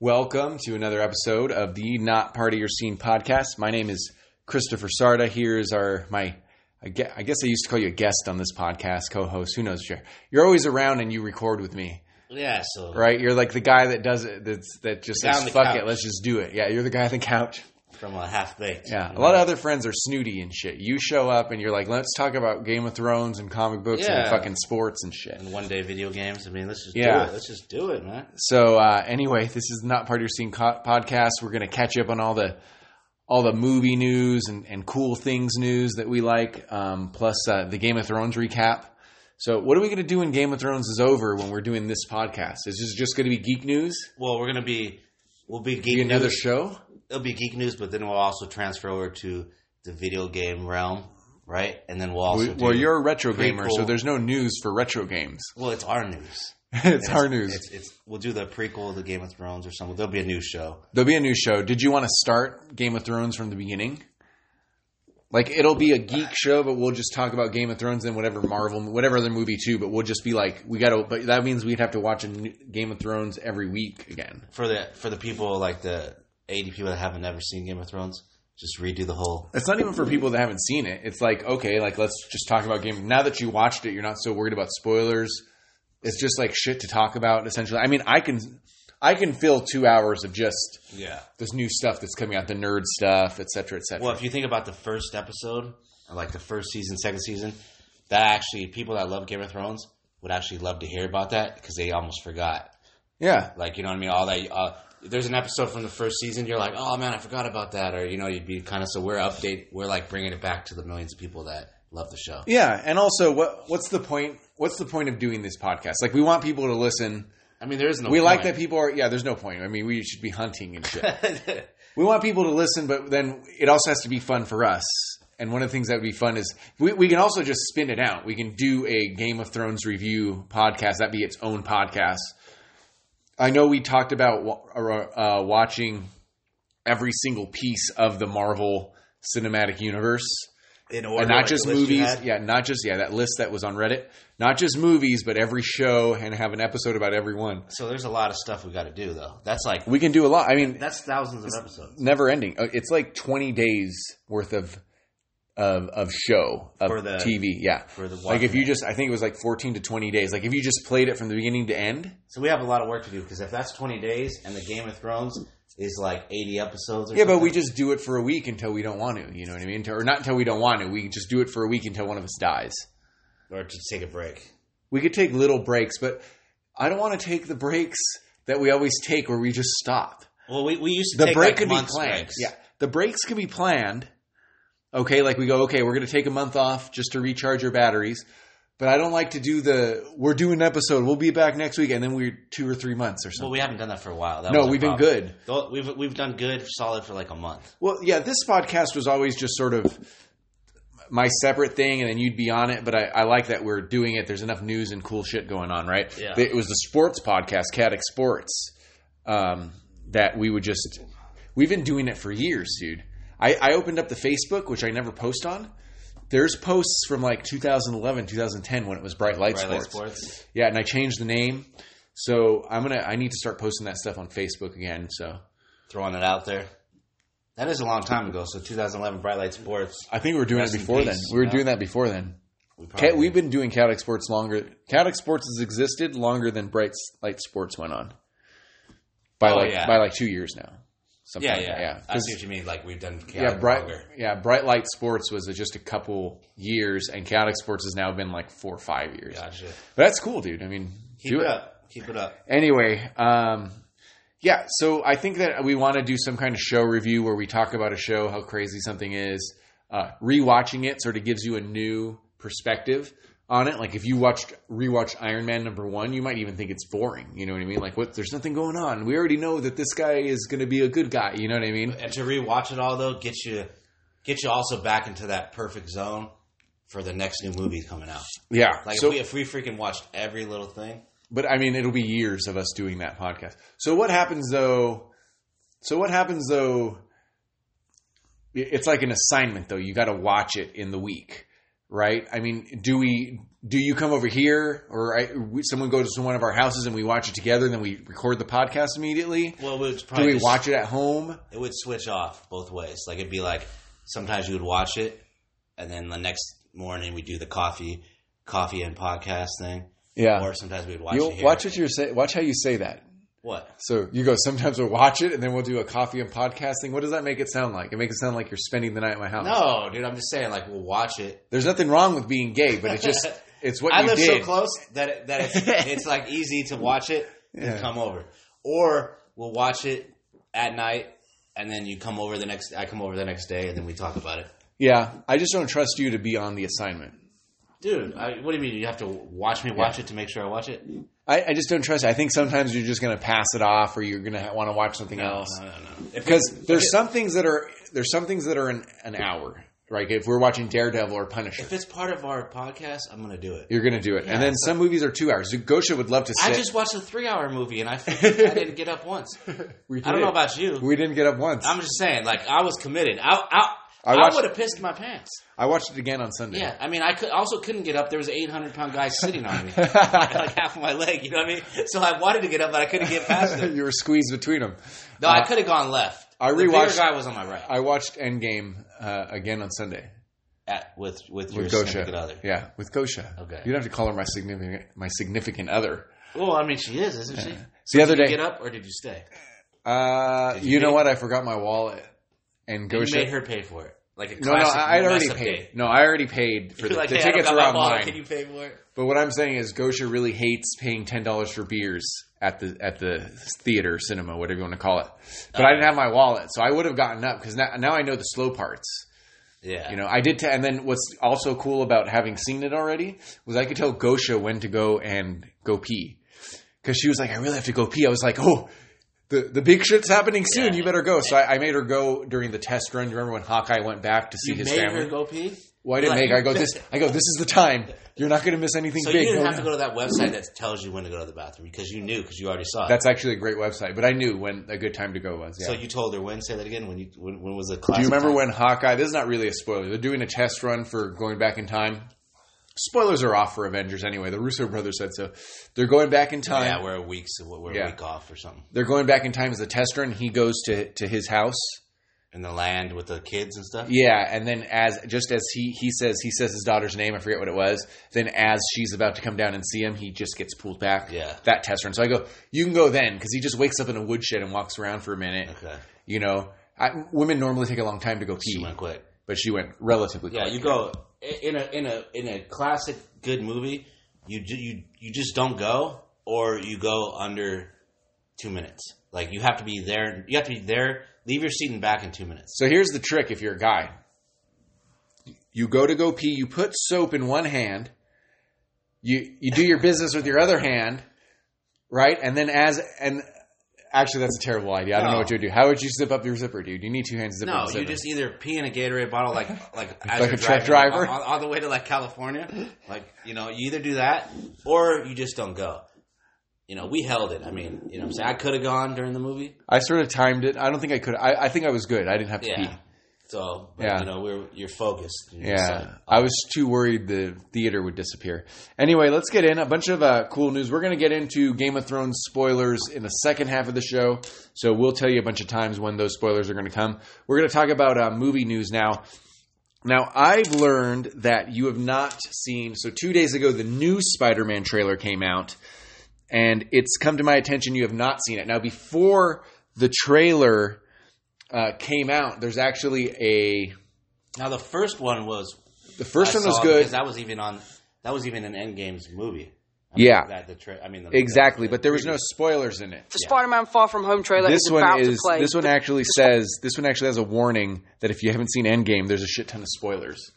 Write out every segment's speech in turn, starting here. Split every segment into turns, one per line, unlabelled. Welcome to another episode of the Not Part of Your Scene podcast. My name is Christopher Sarda. Here is our my I gue- I guess I used to call you a guest on this podcast, co-host. Who knows? Sure, you're always around and you record with me,
Yeah, so
right? You're like the guy that does it. That's that just
The guy
says
on the
fuck
couch.
it, let's just do it. Yeah, you're the guy on the couch.
from a half baked.
Yeah, a lot of other friends are snooty and shit. You show up and you're like, let's talk about Game of Thrones and comic books and
Yeah.
fucking sports and shit.
and one day video games. I mean, let's just
Yeah.
do it. Let's just do it, man.
So uh, anyway, this is not part of your scene co- podcast. We're going to catch you up on all the all the movie news and, and cool things news that we like, um, plus uh, the Game of Thrones recap. So what are we going to do when Game of Thrones is over? When we're doing this podcast, is this just going to be geek news?
Well, we're gonna be we'll be
Be
geek
another
news.
show?
It'll be geek news, but then we'll also transfer over to the video game realm, right? And then we'll also
We-
do,
well, you're a retro gamer, so
prequel.
there's no news for retro games.
well. It's our news.
it's our news.
It's, it's we'll do the prequel of the Game of Thrones or something. There'll be a new show.
There'll be a new show. Did you want to start Game of Thrones from the beginning? Like it'll be a geek show, but we'll just talk about Game of Thrones and whatever Marvel, whatever other movie too. But we'll just be like, we gotta. But that means we'd have to watch a new Game of Thrones every week again.
for the for the people like the eighty people that haven't ever seen Game of Thrones, just redo the whole.
It's not even for people that haven't seen it. It's like okay, like let's just talk about Game. Now that you watched it, you're not so worried about spoilers. It's just like shit to talk about. Essentially, I mean, I can, I can fill two hours of just
Yeah.
this new stuff that's coming out, the nerd stuff, et cetera, et cetera.
Well, if you think about the first episode, or like the first season, second season, that actually people that love Game of Thrones would actually love to hear about that because they almost forgot.
yeah,
Like you know what I mean? All that. Uh, there's an episode from the first season. You're like, oh man, I forgot about that, or you know, you'd be kind of. So we're update. We're like bringing it back to the millions of people that love the show.
Yeah, and also what what's the point? What's the point of doing this podcast? Like we want people to listen.
I mean, there is no.
we like that
point.
people are yeah, there's no point. I mean, we should be hunting and shit. we want people to listen, but then it also has to be fun for us. And one of the things that would be fun is we, we can also just spin it out. We can do a Game of Thrones review podcast. That'd be its own podcast. I know we talked about wa- uh, uh, watching every single piece of the Marvel Cinematic Universe
in order,
and not
like,
just
the list you
movies.
had.
Yeah, not just yeah that list that was on Reddit. Not just movies, but every show and have an episode about every one.
So there's a lot of stuff we got to do though. That's like
We can do a lot. I mean,
that's thousands of episodes
never ending. Uh, It's like twenty days worth of of of show of
For the-
TV. Yeah,
for the
like if
Watchmen.
you just, I think it was like fourteen to twenty days. Like if you just played it from the beginning to end.
So we have a lot of work to do because if that's 20 days and the Game of Thrones is like 80 episodes. Or
Yeah, but we
something,
just do it for a week until we don't want to. You know what I mean? Until- Or not until we don't want to. We just do it for a week until one of us dies.
or to take a break.
we could take little breaks, but I don't want to take the breaks that we always take where we just stop.
Well, we, we used to
The
take
break
like
could be
months
planned.
breaks.
Yeah. The breaks could be planned. Okay, like we go, okay, we're going to take a month off just to recharge our batteries. But I don't like to do the we're doing an episode, we'll be back next week and then we're 2 or 3 months or
Well,
something.
we haven't done that for a while. That
no,
was a
we've been
problem.
good.
Though We've we've done good, solid for like a month.
Well, yeah, this podcast was always just sort of my separate thing, and then you'd be on it. But I, I like that we're doing it. There's enough news and cool shit going on, right?
Yeah.
It was the sports podcast, Caddick Sports, um, that we would just. We've been doing it for years, dude. I, I opened up the Facebook, which I never post on. There's posts from like 2011, 2010 when it was Bright Light,
Right, like
Sports.
sports.
Yeah, and I changed the name. So I'm gonna. I need to start posting that stuff on Facebook again. So
Throwing it out there. That is a long time ago. So 2011, Bright Light Sports.
I think we were doing
Rest
it
in
before
peace,
then. We were
yeah.
doing that before then.
We
Ca- we've been doing Cadix Sports longer. Cadix Sports has existed longer than Bright S- Light Sports went on. By
Oh,
like
yeah.
by like two years now. Something
yeah,
like
yeah,
that,
yeah. I
'Cause-
see what you mean. Like we've done
yeah,
chaotic
bright,
longer.
yeah. Bright Light Sports was just a couple years, and Cadix Sports has now been like four or five years.
Gotcha.
But that's cool, dude. I mean,
Keep
do
it
it.
up. Keep it up.
Anyway, um, yeah. So I think that we want to do some kind of show review where we talk about a show, how crazy something is. Uh, rewatching it sort of gives you a new perspective on it. Like if you watched rewatched Iron Man number one, you might even think it's boring. You know what I mean? Like what? There's nothing going on. We already know that this guy is going to be a good guy. You know what I mean?
and to rewatch it all though get you get you also back into that perfect zone for the next new movie coming out.
Yeah.
Like
so,
if, we, if we freaking watched every little thing,
but I mean, it'll be years of us doing that podcast. So what happens though? So what happens though? It's like an assignment though. You got to watch it in the week, right? I mean, do we do you come over here or I, we, someone goes to one of our houses and we watch it together and then we record the podcast immediately?
Well, it's
Do
probably
we watch it at home?
it would switch off both ways. Like it'd be like sometimes you would watch it, and then the next morning we do the coffee, coffee and podcast thing.
Yeah.
Or sometimes we'd watch
You'll-
it. Here.
watch what you're say. Watch how you say that.
What?
So you go. Sometimes we'll watch it, and then we'll do a coffee and podcasting. What does that make it sound like? It makes it sound like you're spending the night at my house.
No, dude. I'm just saying. Like we'll watch it.
There's nothing wrong with being gay, but it's just it's what
I
you
live
did.
so close that it, that it's, it's like easy to watch it
Yeah.
and come over. Or we'll watch it at night, and then you come over the next. I come over the next day, and then we talk about it.
Yeah, I just don't trust you to be on the assignment.
Dude, I, what do you mean? You have to watch me watch it to make sure I watch it?
I, I just don't trust. It. I think sometimes you're just going to pass it off, or you're going to want to watch something else.
No, no, no. If
because there's some things that are there's some things that are an, an hour. Like if we're watching Daredevil or Punisher,
If it's part of our podcast, I'm gonna do it.
you're gonna do it. and then some movies are two hours. Gosha would love to. Sit.
I just watched a three-hour movie and I, I didn't get up once.
we
I don't know about you.
We didn't get up once.
I'm just saying, like I was committed. I I,
I
I,
watched-
would have pissed my pants.
I watched it again on Sunday.
Yeah, I mean, I could also couldn't get up. There was an 800 pound guy sitting on me, I had, like half of my leg. You know what I mean? So I wanted to get up, but I couldn't get past him.
you were squeezed between them.
No, I could have gone left.
I
The bigger
rewatched-
guy was on my right
I watched Endgame uh, again on Sunday
at, with with your
with
significant
Gosha.
other.
Yeah, with Gosha.
Okay.
You don't have to call her my significant my significant other.
Well, I mean, she is, isn't she?
So the other
Did you
day,
get up or did you stay?
uh,
Did
you,
you
know
make-
what? I forgot my wallet. And
You
Gosha
made her pay for it. Like a
No, no,
classic
I, I'd already
mess-up
paid.
date.
No, I already paid for the,
You're like,
the
"Hey, I don't
tickets
got
are
my
online.
wallet. Can you pay for it?
But what I'm saying is, Gosha really hates paying ten dollars for beers at the at the theater, cinema, whatever you want to call it. But
Uh-huh.
I didn't have my wallet, so I would have gotten up because now, now I know the slow parts.
Yeah.
You know, I did. T- and then what's also cool about having seen it already was I could tell Gosha when to go and go pee because she was like, "I really have to go pee." I was like, "Oh." The, the big shit's happening soon.
Yeah.
You better go. So I, I made her go during the test run. You remember when Hawkeye went back to see
you
his
made
family?
her go pee?
Why did
Like-
make? I go this. I go. This is the time. You're not going to miss anything
So
big.
you didn't
No,
have
no.
to go to that website that tells you when to go to the bathroom because you knew because you already saw it.
That's actually a great website, but I knew when a good time to go was. Yeah.
So you told her when? Say that again. When you when, when was the class?
Do you remember when Hawkeye? This is not really a spoiler. They're doing a test run for going back in time. Spoilers are off for Avengers anyway. The Russo brothers said so. They're going back in time.
Yeah, we're a week. So we're
Yeah.
a week off or something.
They're going back in time as a test run. He goes to to his house.
In the land with the kids and stuff.
Yeah, and then as just as he he says he says his daughter's name, I forget what it was. Then as she's about to come down and see him, he just gets pulled back.
Yeah.
that test run. So I go, you can go then because he just wakes up in a woodshed and walks around for a minute.
Okay.
You know, I, women normally take a long time to go
She
pee,
went quick.
but she went relatively.
Hmm. Yeah,
quick.
you go i- in a in a in a classic good movie. You ju- you you just don't go, or you go under two minutes. Like you have to be there. You have to be there. Leave your seat and back in two minutes.
So here's the trick: if you're a guy, you go to go pee, you put soap in one hand, you you do your business with your other hand, right? And then as and actually, that's a terrible idea. I don't know
No.
what you would do. How would you zip up your zipper, dude? You need two hands to zip
No,
up. the
you
zipper.
just either pee in a Gatorade bottle, like like as
Like
you're
a truck
driving,
driver?
all, all the way to like California. Like you know, you either do that or you just don't go. You know, we held it. I mean, you know, what I'm saying I could have gone during the movie.
I sort of timed it. I don't think I could. I, I think I was good. I didn't have to
Yeah.
pee.
So, but,
Yeah.
you know, we're you're focused. You're just like,
Yeah, I was too worried the theater would disappear. Anyway, let's get in a bunch of uh, cool news. We're going to get into Game of Thrones spoilers in the second half of the show, so we'll tell you a bunch of times when those spoilers are going to come. We're going to talk about uh, movie news now. Now, I've learned that you have not seen. So, two days ago, the new Spider Man trailer came out, and it's come to my attention you have not seen it. Now, before the trailer uh, came out, there's actually a.
now the first one was
The first
I
one was
saw it
good.
because that was even on that was even an Endgame's movie. I
Yeah.
mean, that the tra- I mean the,
Exactly, but there was no spoilers in it.
The Spider-Man Far From Home trailer
This
is about
one
to
is
play.
this one actually says this one actually has a warning that if you haven't seen Endgame, there's a shit ton of spoilers.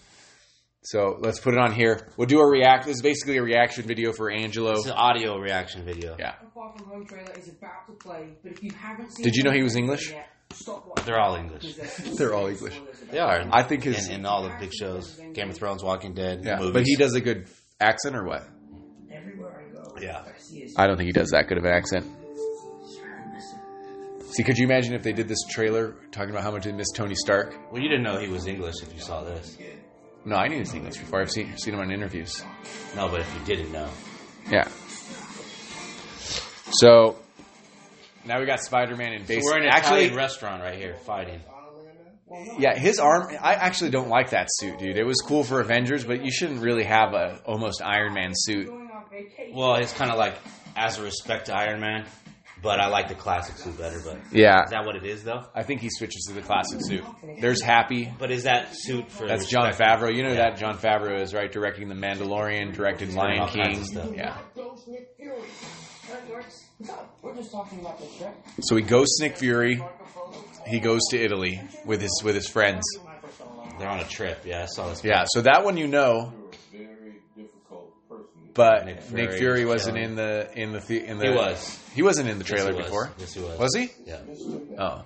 So let's put it on here. We'll do a react. This is basically a reaction video for Angelo.
It's an audio reaction video.
Yeah,
The Far From Home trailer is about to play, but if you haven't seen
Did you know he was English?
Yet, stop watching.
They're all English.
They're all English.
They are.
I think his
in, in all the big shows, Game of Thrones, Walking Dead,
yeah,
movies.
but he does a good accent or what?
Everywhere I go,
Yeah.
I see his
I don't think he does that good of an accent.
miss him.
See, could you imagine if they did this trailer talking about how much they miss Tony Stark?
Well, you didn't know he was English if you saw this.
No, I knew his English before. I've seen seen him on interviews.
No, but if you didn't know,
Yeah. So now we got Spider Man in base.
so we're in an
actually,
Italian restaurant right here fighting.
yeah, his arm. I actually don't like that suit, dude. It was cool for Avengers, but you shouldn't really have a almost Iron Man suit.
Going on vacation.
Well, it's kind of like as a respect to Iron Man, but I like the classic suit better. But
Yeah,
is that what it is though?
I think he switches to the classic suit. There's Happy.
But is that suit for
That's John Favreau. You know
Yeah.
that John Favreau is right directing The Mandalorian, directed Lion
all kinds
King.
of stuff.
Yeah.
Don't Nick Fury. That works. No, we're just talking about the trip.
So he goes to Nick Fury. He goes to Italy with his with his friends.
They're on a trip. Yeah, I saw this.
Yeah, so that one you know,
very difficult person.
but
Nick
Nick
Fury
Fury,
was
wasn't
killing.
in the in the, the in the
He was.
he wasn't in the
Yes, he
trailer
was.
before.
Yes, he was.
Was he?
Yeah,
Oh,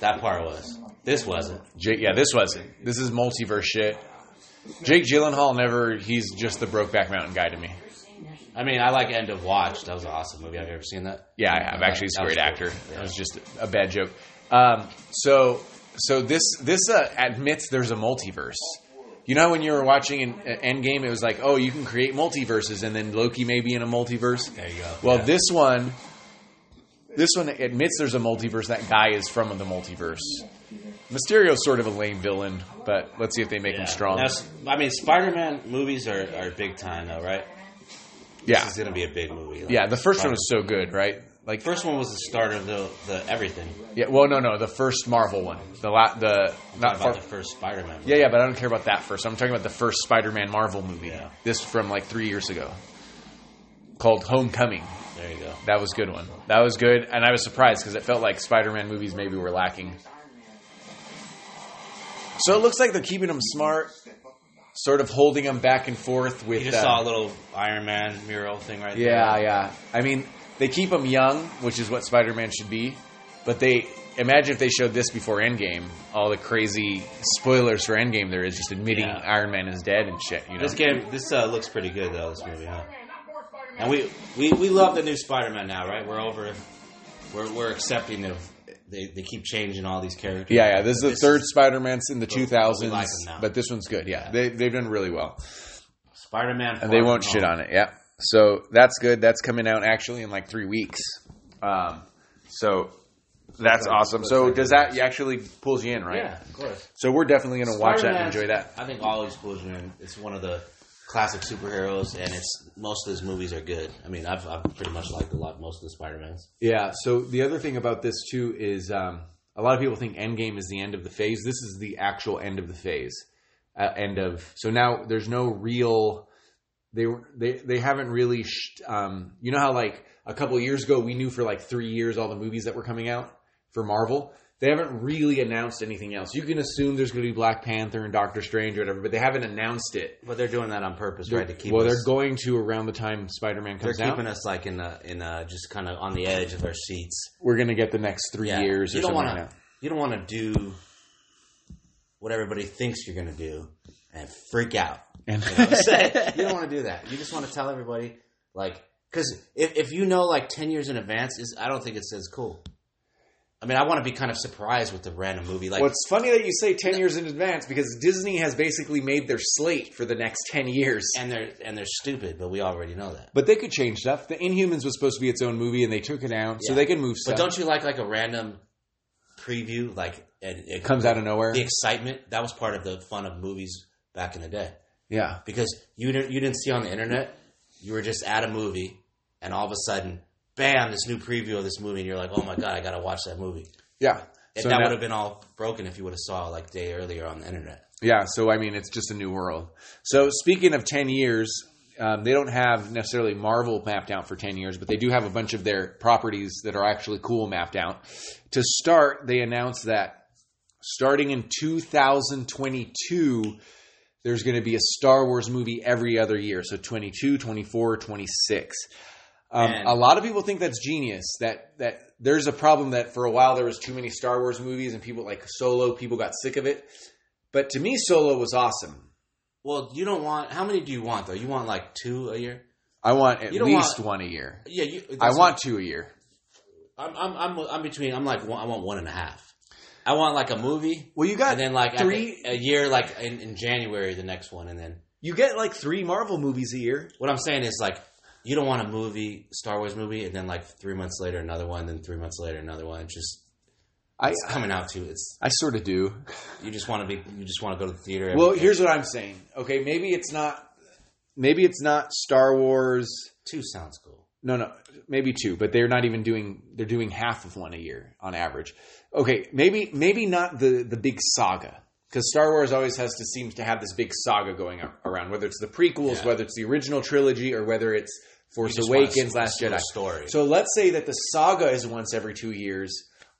that part was. This wasn't.
Jake. Yeah, this wasn't. This is multiverse shit. Jake Gyllenhaal never. He's just the Brokeback Mountain guy to me.
I mean, I like End of Watch. That was an awesome movie. Have you ever seen that?
Yeah, I have. Actually, he's a
That was
great actor.
cool. Yeah.
That was just a bad joke. Um, so, so this this uh, admits there's a multiverse. You know, how when you were watching in, uh, Endgame, it was like, oh, you can create multiverses, and then Loki may be in a multiverse.
There you go.
Well,
Yeah.
this one, this one admits there's a multiverse. That guy is from the multiverse. Mysterio's sort of a lame villain, but let's see if they make him
Yeah.
strong.
Now, s- I mean, Spider-Man movies are, are big time though, right?
yeah,
This is gonna be a big movie. Like,
yeah. The first one was so good, right? Like
First one was the start of the, the everything.
Yeah, well, no, no, the first Marvel one, the la- the
Not
not
about
far.
the first Spider-Man. Movie.
Yeah, yeah, but I don't care about that first. I'm talking about the first Spider-Man Marvel movie.
Yeah.
This from like three years ago, called Homecoming.
There you go.
That was a good one. That was good, and I was surprised because it felt like Spider-Man movies maybe were lacking. So it looks like they're keeping them smart, sort of holding them back and forth with.
You just
uh,
saw a little Iron Man mural thing right
yeah,
there.
yeah. I mean, they keep them young, which is what Spider-Man should be. But they imagine if they showed this before Endgame, all the crazy spoilers for Endgame there is, just admitting
Yeah.
Iron Man is dead and shit. You know,
This game, this uh, looks pretty good though. This movie, huh? And we, we, we love the new Spider-Man now, right? We're over, we're, we're accepting them. They, they keep changing all these characters.
Yeah, yeah. This is the
This
third Spider Man in the two
we
thousands,
like 'em now.
but this one's good. Yeah, they they've done really well,
Spider-Man,
and they won't shit on it. Yeah, so that's good. That's coming out actually in like three weeks. Um, so that's awesome. So does that actually pulls you in, right?
Yeah, of course.
So we're definitely gonna watch that and
Spider-Man's-
enjoy that.
I think all Explosion Man is one of the classic superheroes, and it's most of his movies are good. I mean, I've, I've pretty much liked a lot most of the Spider Mans.
Yeah. So the other thing about this too is um, a lot of people think Endgame is the end of the phase. This is the actual end of the phase. Uh, end of so now there's no real. They were they they haven't really. Sh- um, you know how like a couple years ago we knew for like three years all the movies that were coming out for Marvel. They haven't really announced anything else. You can assume there's going to be Black Panther and Doctor Strange or whatever, but they haven't announced it.
But they're doing that on purpose, right? To keep
well,
us,
they're going to around the time Spider-Man
they're
comes out.
keeping us like in a, in a, just kind of on the edge of our seats.
We're going to get the next three
Yeah.
years or
you don't
something
wanna,
like that.
You don't want to do what everybody thinks you're going to do and freak out.
And-
You know what I'm saying? You don't want to do that. You just want to tell everybody, like, because if, if you know like ten years in advance, is I don't think it's as cool. I mean, I want to be kind of surprised with the random movie. Like,
Well, it's funny that you say 10 years in advance because Disney has basically made their slate for the next 10 years.
and they're and they're stupid, but we already know that.
But they could change stuff. The Inhumans was supposed to be its own movie and they took it out, so
Yeah.
they can move stuff.
But don't you like like a random preview? Like, and it
it comes out of nowhere.
the excitement that was part of the fun of movies back in the day.
Yeah.
because you didn't you didn't see on the internet. You were just at a movie, and all of a sudden, bam! This new preview of this movie, and you're like, "Oh my god, I gotta watch that movie."
Yeah.
And
So
that
now-
would have been all broken if you would have saw like day earlier on the internet.
yeah, so I mean, it's just a new world. So speaking of 10 years, um, they don't have necessarily Marvel mapped out for 10 years, but they do have a bunch of their properties that are actually cool mapped out. To start, they announced that starting in 2022, there's going to be a Star Wars movie every other year. So 22, 24, 26. Um,
And-
a lot of people think that's genius. That that there's a problem that for a while there was too many Star Wars movies and people like Solo. People got sick of it. But to me, Solo was awesome.
Well, you don't want how many do you want though? You want like two a year?
I want at
You don't
least one a year.
Yeah, you,
I want two a year.
I'm, I'm I'm I'm between. I'm like one, I want one and a half. I want like a movie,
Well, you got
and then like
Uh, three.
three a year, like in, in January, the next one, and then
you get like three Marvel movies a year.
what I'm saying is like you don't want a movie, Star Wars movie, and then like three months later another one, then three months later another one. It's just
I
it's coming out too. It's
I sort of do.
you just want to be you just want to go to the theater. every
Well,
day.
here's what I'm saying. Okay, maybe it's not. Maybe it's not Star Wars.
two sounds cool.
No, no, maybe two, but they're not even doing. They're doing half of one a year on average. Okay, maybe maybe not the the big saga because Star Wars always has to seems to have this big saga going up, around, whether it's the prequels,
Yeah.
whether it's the original trilogy, or whether it's Force
You just want a
Awakens,
s-
Last
a
Jedi.
story.
So let's say that the saga is once every two years.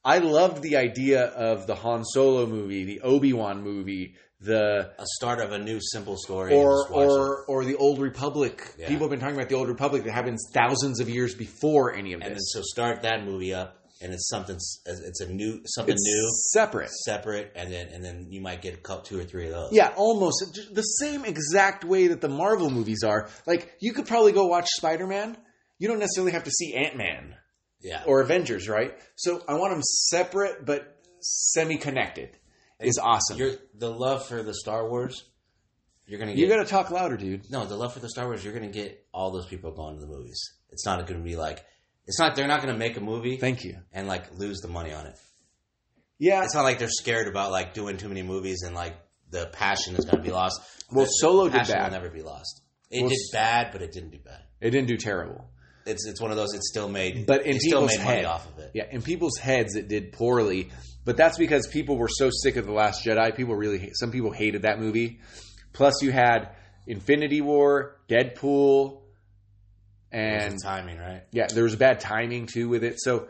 I loved the idea of the Han Solo movie, the Obi Wan movie, the
a start of a new simple story. and
or
just watch it.
or or the old republic.
Yeah.
People have been talking about the old republic that happens thousands of years before any of
and then,
this.
so start that movie up, and it's something. s- It's a new something
It's
new,
separate.
separate, and then and then you might get a couple two or three of those.
Yeah, almost J- the same exact way that the Marvel movies are. Like you could probably go watch Spider Man. You don't necessarily have to see Ant Man
yeah.
or Avengers, right? So I want them separate but semi connected. Is awesome.
Your the love for the Star Wars. You're gonna get
You got to talk louder, dude.
no the love for the Star Wars. You're gonna get all those people going to the movies. It's not gonna be like it's not. They're not gonna make a movie
Thank you.
and like lose the money on it.
Yeah.
It's not like they're scared about like doing too many movies and like the passion is gonna be lost.
Well,
The-
Solo
the
did
passion
bad.
Will never be lost. It
Well,
did
s-
bad, but it didn't do bad.
It didn't do terrible.
It's it's one of those. It still made,
But in
it still
people's
made money
head.
off of it.
Yeah, in people's heads it did poorly, but that's because people were so sick of the Last Jedi. People really, ha- some people hated that movie. Plus, you had Infinity War, Deadpool,
It
and
was the timing, right?
yeah, there was bad timing too with it. So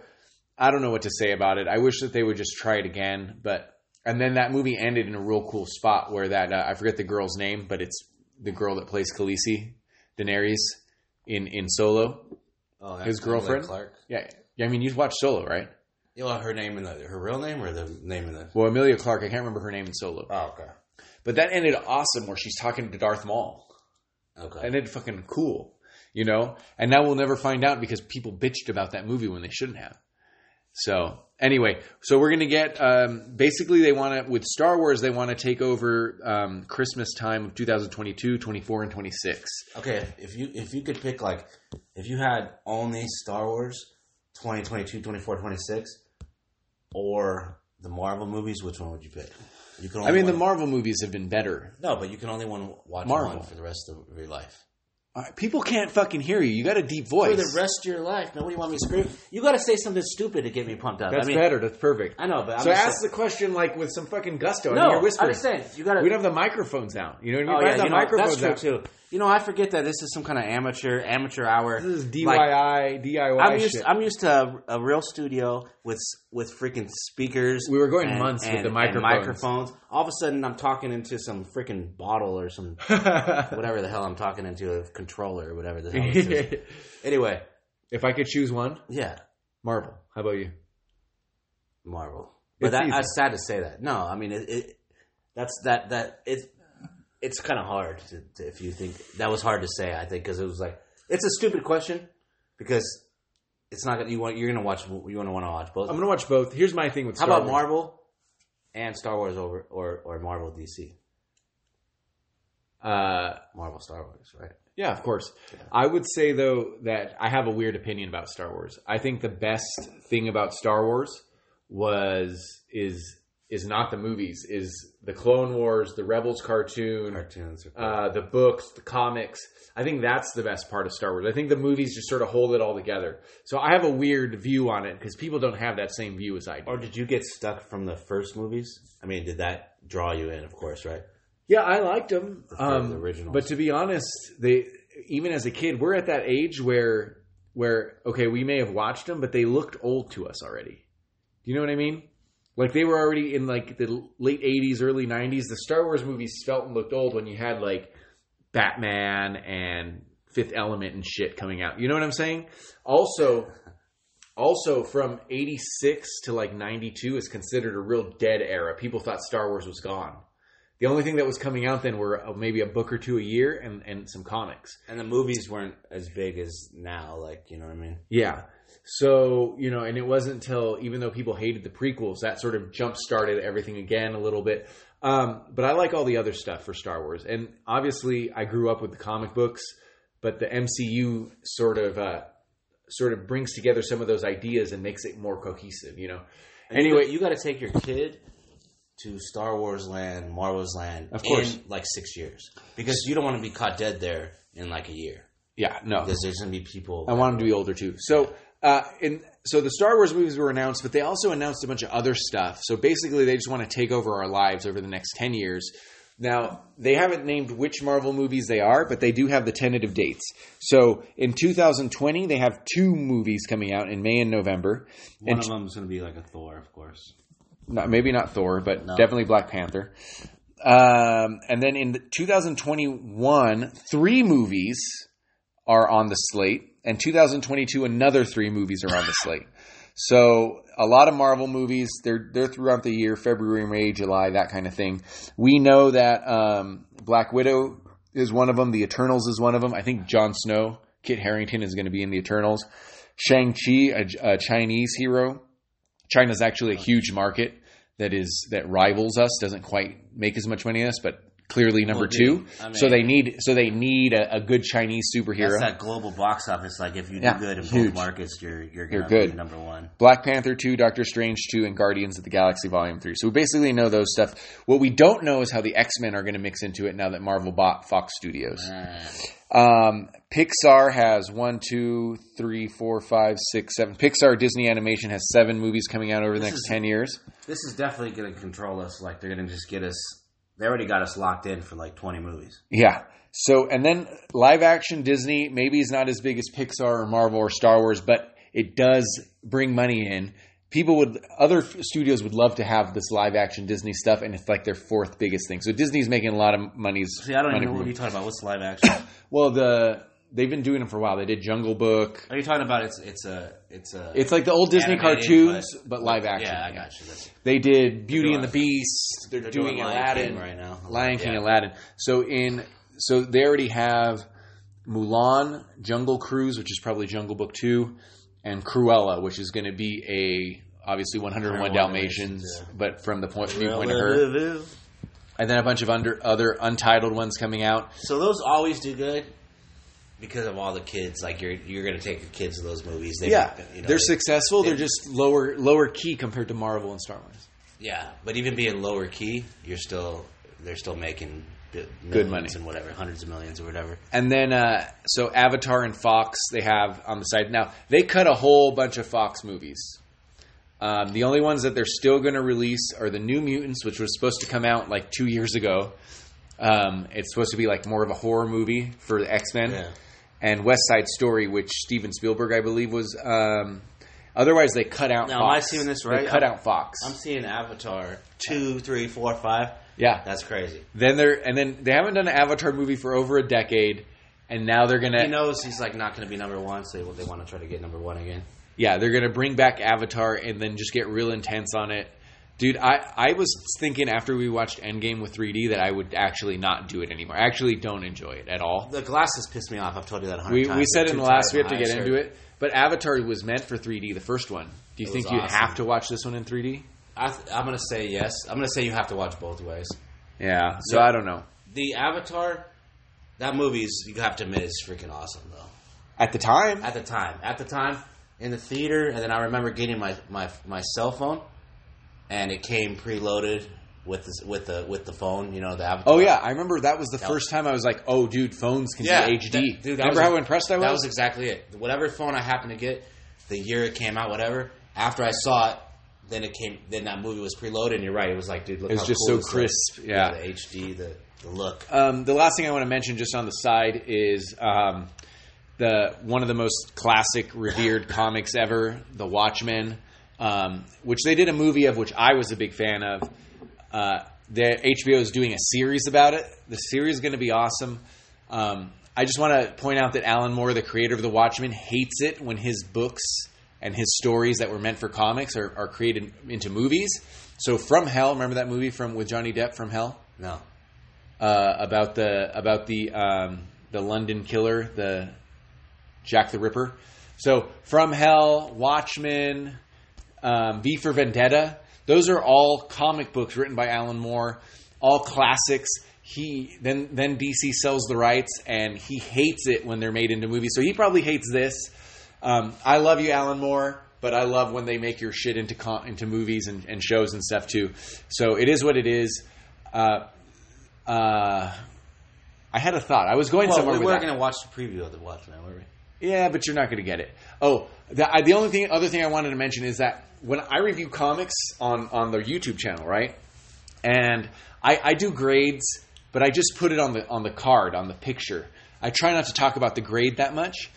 I don't know what to say about it. I wish that they would just try it again. But and then that movie ended in a real cool spot where that uh, I forget the girl's name, but it's the girl that plays Khaleesi, Daenerys in in Solo.
Oh,
His
Emily
girlfriend?
Clark.
Yeah, yeah. I mean, you've watched Solo, right?
You know her name and the her real name or the name of the.
Well, Amelia Clark, I can't remember her name in Solo,
Oh, okay.
but that ended awesome where she's talking to Darth Maul.
Okay.
That ended fucking cool, you know. And now we'll never find out because people bitched about that movie when they shouldn't have. So anyway, so we're gonna get um, basically they want to with Star Wars they want to take over um, Christmas time of 2022, 24, and 26.
Okay. If, if you if you could pick like, if you had only Star Wars, 20, 22, 24, 26, or the Marvel movies, which one would you pick? You can.
I mean, the
one-
Marvel movies have been better.
No, but you can only one watch
Marvel.
one for the rest of your life.
Uh, people can't fucking hear you. You got a deep voice.
For the rest of your life, nobody want me to scream. You got to say something stupid to get me pumped up.
That's
I mean,
better. That's perfect.
I know, but I'm
so
just
ask
saying-
the question like with some fucking gusto. I mean,
no.
you're
I'm
whispering.
just saying you got to.
We don't have the microphones out. You know what I mean?
Oh
If I
yeah,
had
you
the
know, that's true
microphones out-
too. You know, I forget that this is some kind of amateur amateur hour.
This is DIY,
Like,
DIY
I'm used.
shit.
I'm used to a, a real studio with with freaking speakers.
We were going months with the microphones.
microphones. All of a sudden, I'm talking into some freaking bottle or some whatever the hell I'm talking into a controller or whatever the hell. This is. anyway,
if I could choose one,
yeah,
Marvel. How about you?
Marvel. But
It's
that,
easy.
that's sad to say that. No, I mean it. it that's that that it. It's kind of hard to, to, if you think that was hard to say. I think because it was like it's a stupid question because it's not gonna you want you're gonna watch you want to want to watch both.
I'm gonna watch both. Here's my thing with
How
Star
about
Wars.
Marvel and Star Wars over or or Marvel DC
Uh,
Marvel Star Wars right?
yeah, of course. I would say though that I have a weird opinion about Star Wars. I think the best thing about Star Wars was is is not the movies, is the Clone Wars, the Rebels cartoon,
Cartoons. Are
uh, the books, the comics. I think that's the best part of Star Wars. I think the movies just sort of hold it all together. So I have a weird view on it because people don't have that same view as I do.
or did you get stuck from the first movies? I mean, did that draw you in? Of course, right?
Yeah, I liked them.
The
Um,
originals.
But to be honest, they even as a kid, we're at that age where where okay, we may have watched them, but they looked old to us already. Do you know what I mean? Like they were already in like the l- late '80s, early '90s. The Star Wars movies felt and looked old when you had like Batman and Fifth Element and shit coming out. You know what I'm saying? Also, also from 86 to like 92 is considered a real dead era. People thought Star Wars was gone. The only thing that was coming out then were uh, maybe a book or two a year and, and some comics.
And the movies weren't as big as now. Like you know what I mean?
Yeah. So, you know, and it wasn't until, even though people hated the prequels, that sort of jump started everything again a little bit. Um, but I like all the other stuff for Star Wars. And obviously, I grew up with the comic books, but the MCU sort of, uh, sort of brings together some of those ideas and makes it more cohesive, you know? Anyway,
Anyway, you got to take your kid to Star Wars land, Marvel's land,
Of course.
in like six years because you don't want to be caught dead there in like a year
yeah, no.
because there's gonna be people.
I want him to be older too. So, uh, and so the Star Wars movies were announced, but they also announced a bunch of other stuff. So basically, they just want to take over our lives over the next ten years. Now, they haven't named which Marvel movies they are, but they do have the tentative dates. So in 2020, they have two movies coming out in May and November.
One
and
of them's gonna be like a Thor, of course.
not, maybe not Thor, but
No.
definitely Black Panther. Um, and then in the 2021, three movies are on the slate, and 2022, another three movies are on the slate. So a lot of Marvel movies. They're they're throughout the year, February, May, July, that kind of thing. We know that um, Black Widow is one of them. The Eternals is one of them. I think Jon Snow, Kit Harrington is going to be in the Eternals. Shang Chi, a, a Chinese hero. China's actually a huge market that is that rivals us. Doesn't quite make as much money as us, but clearly number
Well,
two.
dude, I mean-
so they need so they need a, a good Chinese superhero.
That's that global box office. Like if you do
Yeah,
good in
huge.
both markets, you're you're
You're
gonna
good.
be number one.
Black Panther 2, Doctor Strange 2, and Guardians of the Galaxy Volume 3. So we basically know those stuff. What we don't know is how the X Men are going to mix into it now that Marvel bought Fox Studios.
Uh,
Um, Pixar has one, two, three, four, five, six, seven. Pixar Disney Animation has seven movies coming out over the
This
next
is-
10 years.
this is definitely gonna control us. Like they're gonna just get us. They already got us locked in for like 20 movies.
Yeah. So, and then live action Disney maybe is not as big as Pixar or Marvel or Star Wars, but it does bring money in. People would, other f- studios would love to have this live action Disney stuff, and it's like their fourth biggest thing. So Disney's making a lot of money's.
See, I don't
money
even know what
from-
you're talking about. What's live action?
Well, the they've been doing them for a while. They did Jungle Book.
Are you talking about it's it's a it's a
It's like the old Disney
Animated,
cartoons, but, live action.
Yeah, I got you. That's,
They did Beauty
doing-
and the Beast. They're,
they're
doing,
Lion
Aladdin
King right now.
Lion King,
Yeah.
Aladdin. So in so they already have Mulan, Jungle Cruise, which is probably Jungle Book Two, and Cruella, which is going to be a obviously 101
101
Dalmatians,
Dalmatians, yeah.
but from the point viewpoint of her, and then a bunch of under other untitled ones coming out.
So those always do good because of all the kids. Like you're you're gonna take your kids to those movies. They
yeah,
make them, you know,
they're
they-
successful. They're just lower lower key compared to Marvel and Star Wars.
Yeah, but even being lower key, you're still they're still making bi-
Good
millions
money.
and whatever, hundreds of millions or whatever.
And then, uh, so Avatar and Fox, they have on the side. Now, they cut a whole bunch of Fox movies. Um, the only ones that they're still going to release are the New Mutants, which was supposed to come out like two years ago. Um, it's supposed to be like more of a horror movie for the X Men.
Yeah.
And West Side Story, which Steven Spielberg, I believe, was. Um, otherwise, they cut out
Now, am I
Fox.
seeing this
They
right?
cut out Fox.
I'm seeing Avatar two, three, four, five.
yeah.
That's crazy.
then they're, and then they haven't done an Avatar movie for over a decade. And now they're going to.
He knows he's like not going to be number one, so they want to try to get number one again.
yeah, they're gonna bring back Avatar and then just get real intense on it. Dude, I, I was thinking after we watched Endgame with 3D that I would actually not do it anymore. I actually don't enjoy it at all.
The glasses piss me off. I've told you that a hundred
We,
times.
we said
I'm
in the
too
last we have
tired.
to
My
get
eyes
into
hurt.
it, but Avatar was meant for 3D, the first one. Do you
It
think
was
you'd have
awesome.
to watch this one in 3D?
I th- I'm going to say yes. I'm going to say you have to watch both ways.
Yeah. So
Yeah.
I don't know.
The Avatar, that movie's you have to admit is freaking awesome though.
At the time,
At the time, at the time in the theater, and then I remember getting my my, my cell phone, and it came preloaded with this, with the with the phone. You know the Avatar.
oh yeah, I remember that was the
That
first time I was like, oh dude, phones can
Yeah,
be HD.
that- dude, that
remember
was-
how impressed I was?
That was exactly it. Whatever phone I happened to get, the year it came out, whatever. After I saw it, then it came. Then that movie was preloaded, and you're right. It was like, dude, look.
It was
how
just so
cool this
crisp,
looks.
yeah.
the HD, the, the look.
Um, the last thing I want to mention, just on the side, is um, the one of the most classic, revered comics ever, The Watchmen, um, which they did a movie of, which I was a big fan of. Uh, their HBO is doing a series about it. The series is going to be awesome. Um, I just want to point out that Alan Moore, the creator of The Watchmen, hates it when his books and his stories that were meant for comics are, are created into movies. So, From Hell, remember that movie from with Johnny Depp, From Hell?
No,
uh, about the about the um, the London killer, the Jack the Ripper. So From Hell, Watchmen, um, V for Vendetta. Those are all comic books written by Alan Moore, all classics. He then then DC sells the rights, and he hates it when they're made into movies. So he probably hates this. Um, I love you, Alan Moore, but I love when they make your shit into con- into movies and, and shows and stuff too. So it is what it is. Uh, uh, I had a thought. I was going
Well,
somewhere.
we
with
were
that.
going to watch the preview of the Watchmen, were we?
Yeah, but you're not going to get it. Oh, the, I, the only thing, other thing I wanted to mention is that when I review comics on on the YouTube channel, right, and I, I do grades, but I just put it on the on the card on the picture. I try not to talk about the grade that much,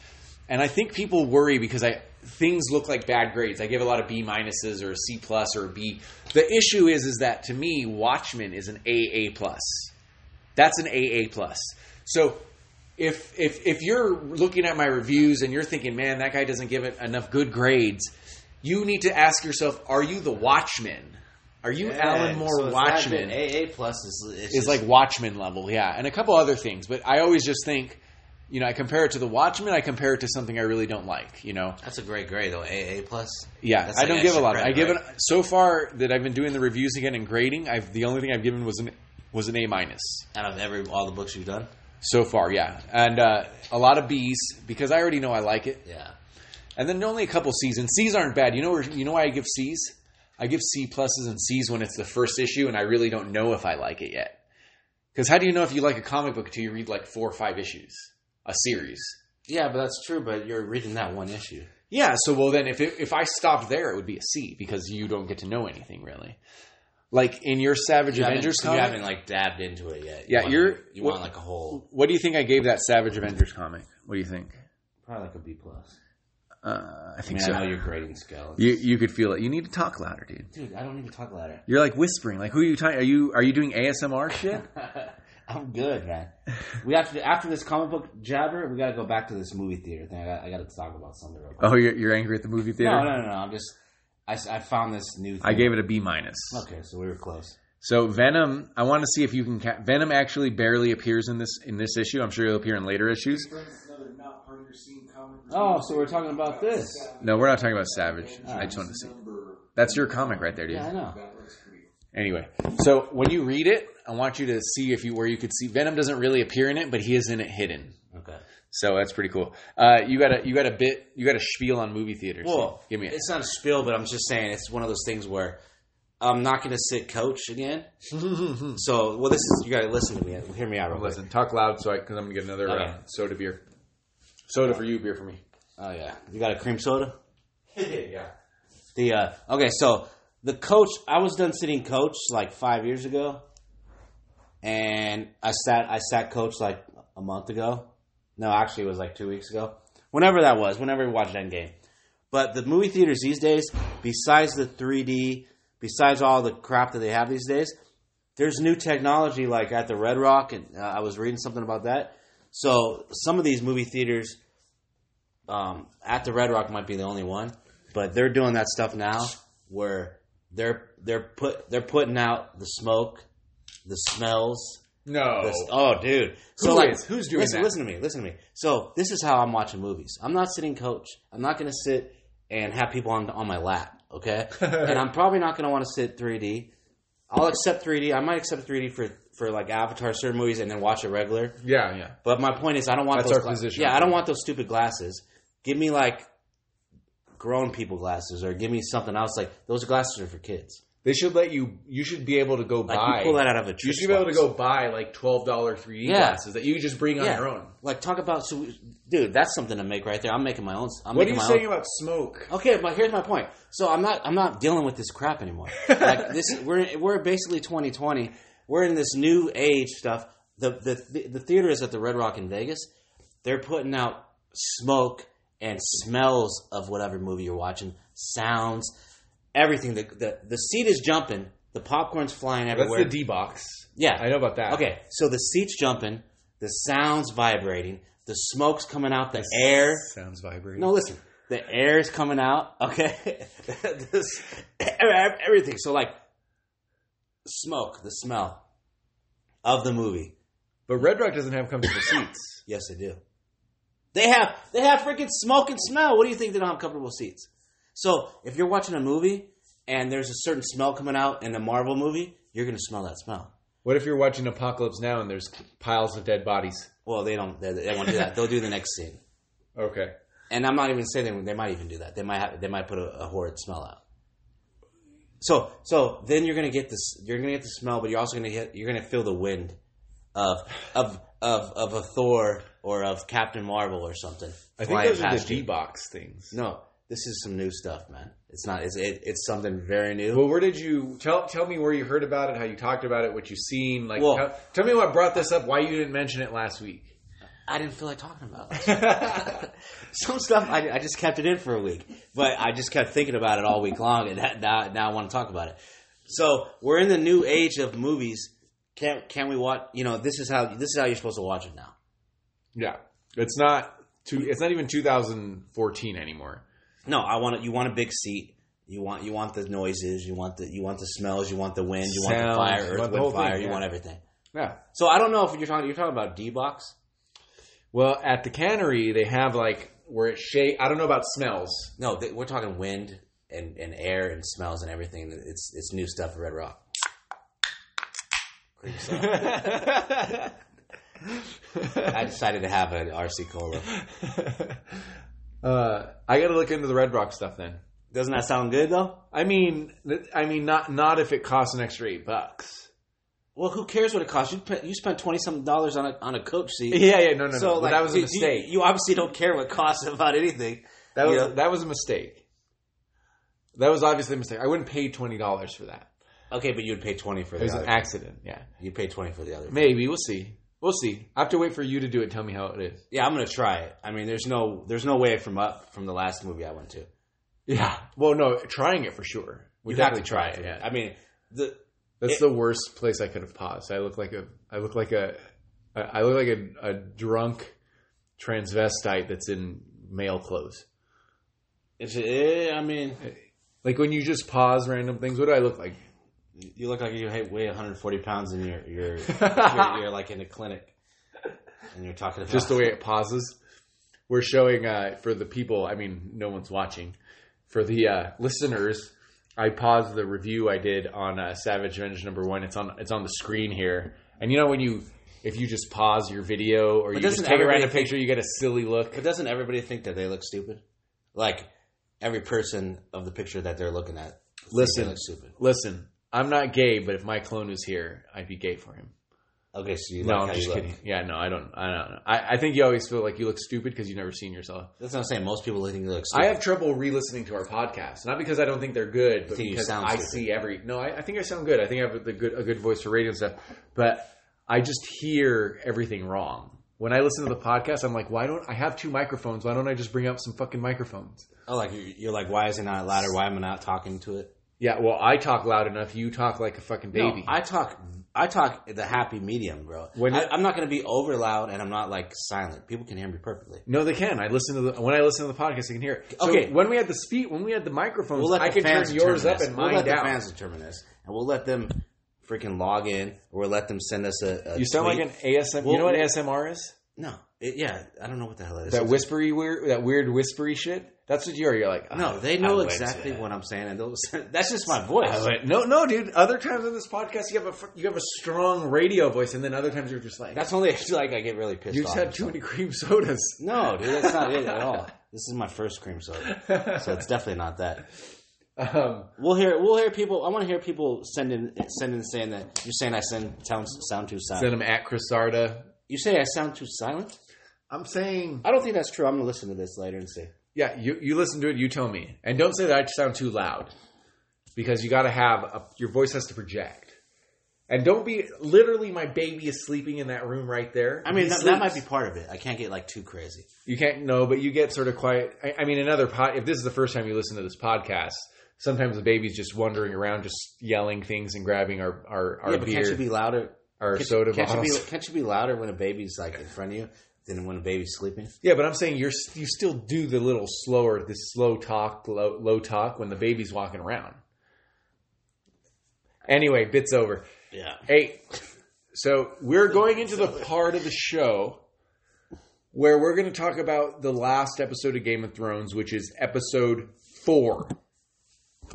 and I think people worry because I things look like bad grades. I give a lot of B minuses or a C plus or a B. The issue is is that to me, Watchmen is an AA plus. That's an AA plus. So if if if you're looking at my reviews and you're thinking, man, that guy doesn't give it enough good grades, you need to ask yourself, are you the Watchman? Are you Alan Moore Watchman?
AA plus is it's
Is
just-
like Watchmen level, yeah, and a couple other things. But I always just think, you know, I compare it to the Watchmen. I compare it to something I really don't like. You know,
that's a great grade though. AA plus.
yeah,
That's
I
like
don't give a
extra
lot. I
credit,
give
right?
it so far that I've been doing the reviews again and grading. I've the only thing I've given was an was an A minus.
out of every all the books you've done.
So far, yeah. And uh, a lot of B's because I already know I like it.
Yeah,
And then only a couple C's. And C's aren't bad. You know where, you know why I give C's? I give C pluses and C's when it's the first issue and I really don't know if I like it yet. Because how do you know if you like a comic book until you read like four or five issues? A series.
yeah, but that's true. But you're reading that one issue.
Yeah, so well then if it, if I stopped there it would be a C because you don't get to know anything really. Like in your Savage
You haven't-
Avengers
you
comic,
haven't like dabbed into it yet. You
Yeah,
want-
you're-
you want
what-
like a whole
what do you think I gave that Savage Avengers comic? What do you think?
probably like a B plus.
Uh, I
I
think
mean,
so.
I know your grading scale.
You you could feel it. You need to talk louder, dude.
Dude, I don't even talk louder.
You're like whispering. Like who are you talking? Are you are you doing ASMR shit?
I'm good, man. We have to after this comic book jabber. We got to go back to this movie theater thing. I got, I got to talk about something real quick.
Oh, you're, you're angry at the movie theater.
no, no, no, no. I'm just I, s- I found this new. Thing.
I gave it a B minus.
Okay, so we were close.
So Venom, I want to see if you can. Ca- Venom actually barely appears in this in this issue. I'm sure he'll appear in later issues.
another not on your scene comic.
Oh, so we're talking about this.
No, we're not talking about Savage. I just wanted to see. That's your comic right there, dude.
Yeah, I know.
That looks pretty.
Anyway, so when you read it, I want you to see if you where you could see Venom doesn't really appear in it, but he is in it hidden.
Okay.
So that's pretty cool. Uh, you got a you got a bit you got a spiel on movie theaters.
Well,
give me it.
It's not a spiel, but I'm just saying it's one of those things where I'm not going to sit coach again. so, well, this is you got to listen to me. Hear me out, real quick.
Listen, talk loud so I because I'm gonna get another
Okay.
uh, soda beer. Soda for you, beer for me.
Oh yeah, you got a cream soda.
yeah.
The uh, okay, so the coach. I was done sitting coach like five years ago, and I sat I sat coach like a month ago. No, actually, it was like two weeks ago. Whenever that was, whenever we watched Endgame. But the movie theaters these days, besides the 3D, besides all the crap that they have these days, there's new technology like at the Red Rock, and uh, I was reading something about that. So some of these movie theaters um, at the Red Rock might be the only one, but they're doing that stuff now where they're they're put they're putting out the smoke, the smells.
No.
the s- oh, dude! So
Who
like,
is? Who's doing
listen,
that?
Listen to me. Listen to me. So this is how I'm watching movies. I'm not sitting coach. I'm not going to sit and have people on on my lap. Okay, and I'm probably not going to want to sit 3D. I'll accept 3D. I might accept 3D for for like Avatar certain movies and then watch it regular.
Yeah, yeah.
But my point is, I don't want
That's
those.
our
gla-
position.
Yeah, I don't want those stupid glasses. Give me like grown people glasses, or give me something else. Like those glasses are for kids.
They should let you. You should be able to go
Like
buy.
you pull that out of a.
you
Trick
should be able to
box.
go buy like twelve dollar three D
Yeah.
glasses that you just bring on
Yeah.
your own.
Like talk about, so we- dude, that's something to make right there. I'm making my own. I'm
what are
making
you
my
saying
Own.
about smoke?
Okay, but here's my point. So I'm not I'm not dealing with this crap anymore. Like this, we're we're basically 2020. We're in this new age stuff. The the the theater is at the Red Rock in Vegas. They're putting out smoke and smells of whatever movie you're watching, sounds, everything. The the, the seat is jumping. The popcorn's flying
That's
everywhere.
the D box.
yeah,
I know about that.
Okay, so the seats jumping, the sounds vibrating, the smoke's coming out the air.
sounds vibrating.
No, listen. The air is coming out. Okay, this, everything. So like, smoke, the smell of the movie.
but Red Rock doesn't have comfortable seats.
Yes, they do. They have they have freaking smoke and smell. What do you think they don't have comfortable seats? So if you're watching a movie and there's a certain smell coming out in a Marvel movie, you're gonna smell that smell.
What if you're watching Apocalypse Now and there's piles of dead bodies?
Well, they don't. They, they won't do that. They'll do the next scene.
Okay.
And I'm not even saying they, they might even do that. They might have. They might put a, a horrid smell out. So so then you're gonna get this. You're gonna get the smell, but you're also gonna hit. You're gonna feel the wind of of of of a Thor or of Captain Marvel or something.
I think
flying
those are the
past you.
D box things.
No, this is some new stuff, man. It's not. It's it, it's something very new.
Well, where did you tell tell me where you heard about it, how you talked about it, what you seen? Like,
Well-
how- tell me what brought this up, why you didn't mention it last week.
I didn't feel like talking about it. some stuff. I, I just kept it in for a week, but I just kept thinking about it all week long, and that, now now I want to talk about it. So we're in the new age of movies. Can can we watch? You know, this is how this is how you're supposed to watch it now.
Yeah, it's not two. It's not even 2014 anymore.
No, I want it. You want a big seat. You want you want the noises. You want the you want the smells. You want the wind. You want the
Sounds,
fire.
you
Earth,
want the
wind,
whole thing,
fire. You
yeah.
want everything.
Yeah.
So I don't know if you're talking you're talking about D box.
Well, at the cannery, they have like where it shake. I don't know about smells.
No, th we're talking wind and, and air and smells and everything. It's it's new stuff at Red Rock. Creeps up. I decided to have an RC cola.
uh, I got to look into the Red Rock stuff then.
Doesn't that sound good though?
I mean, th- I mean, not not if it costs an extra eight bucks.
Well, who cares what it costs? You pe- you spent twenty something dollars on a on a coach seat.
Yeah, yeah, no, no,
So
no.
like,
that was a
you-
mistake.
You, you obviously don't care what costs about anything.
that was
yeah.
that was a mistake. That was obviously a mistake. I wouldn't pay twenty dollars for that.
Okay, but you'd pay twenty for
It
the
was
other.
an accident. Yeah,
you pay twenty for the other.
maybe we'll see. We'll see. I have to wait for you to do it. Tell me how it is.
Yeah, I'm gonna try it. I mean, there's no there's no way from up from the last movie I went to.
Yeah. Well, no, trying it for sure. We
You have to
definitely
try it.
Yeah.
I mean, the
That's
It-
the worst place I could have paused. I look like a I look like a I I look like a, a drunk transvestite that's in male clothes.
it's eh, I mean,
Like when you just pause random things, what do I look like?
You look like you hey- weigh 140 pounds and you're you're, you're you're like in a clinic, and you're talking about
Just the way it pauses. We're showing uh, for the people. I mean, no one's watching. For the uh, listeners, I paused the review I did on uh, Savage Venge number one. It's on it's on the screen here. And you know when you if you just pause your video or you just
doesn't
take a
everybody
random
think-
picture, you get a silly look.
But doesn't everybody think that they look stupid? Like every person of the picture that they're looking at. thinks
Listen.
they look stupid.
Listen, I'm not gay, but if my clone was here, I'd be gay for him.
Okay, so you
No,
like
I'm
how
just
you look.
kidding. Yeah, no, I don't. I don't. Know. I, I think you always feel like you look stupid because you've never seen yourself.
That's what I'm saying. Most people think they look
I
stupid.
have trouble re-listening to our podcast, not because I don't think they're good, but
think you
because
sound
I
stupid.
see every. No, I, I think I sound good. I think I have the good a good voice for radio and stuff, but I just hear everything wrong. When I listen to the podcast, I'm like, why don't I have two microphones? Why don't I just bring up some fucking microphones?
oh, like you're, you're like, why is it not louder? Why am I not talking to it?
Yeah, well, I talk loud enough. You talk like a fucking baby.
No, I talk. I talk the happy medium, bro.
When-
I, I'm not going to be over loud, and I'm not like silent. People can hear me perfectly.
No, they can. I listen to the when I listen to the podcast, I can hear it. So
Okay.
when we had the speed, when we had the microphones,
We'll let
I
the
can
fans
turn yours
determine
up
this.
and
we'll
mine
let
down.
the fans determine this, and we'll let them freaking log in, or we'll let them send us a. a
you sound
tweet.
like an ASM.
We'll-
you know what ASMR is?
no, it, yeah, I don't know what the hell it is.
That whispery weird, that weird whispery shit. That's what you are. You're like,
no,
"Oh,
they
I
know
went
exactly
to-
what I'm saying, and they'll, that's just my voice.
I went- no, no, dude. Other times on this podcast, you have a fr- you have a strong radio voice, and then other times you're just like,
that's only if like I get really pissed.
you just
off
had
or
too many
something.
cream sodas.
No, dude, that's not it at all. This is my first cream soda, so it's definitely not that.
um,
We'll hear. We'll hear people. I want to hear people send in, send in saying that you're saying I sound sound, sound too silent.
send them at Chrisarda.
You say I sound too silent.
I'm saying,
I don't think that's true. I'm gonna listen to this later and see.
yeah. You you listen to it. You tell me, and don't say that I sound too loud, because you got to have a, your voice has to project. And don't be literally my baby is sleeping in that room right there.
I mean,
He
that, that
sleeps.
might be part of it. I can't get like too crazy.
You can't know, but you get sort of quiet. I, I mean, another pod. If this is the first time you listen to this podcast, sometimes the baby's just wandering around, just yelling things and grabbing our our, our
yeah, but can't
beer,
you be louder?
our
Can't,
soda
can't you
bottles.
be, can't you be louder when a baby's like in front of you than when a baby's sleeping?
yeah, but I'm saying you're s- you still do the little slower, this slow talk, low, low talk when the baby's walking around. Anyway, bits over.
Yeah.
Hey, so we're going into the part of the show where we're going to talk about the last episode of Game of Thrones, which is episode four.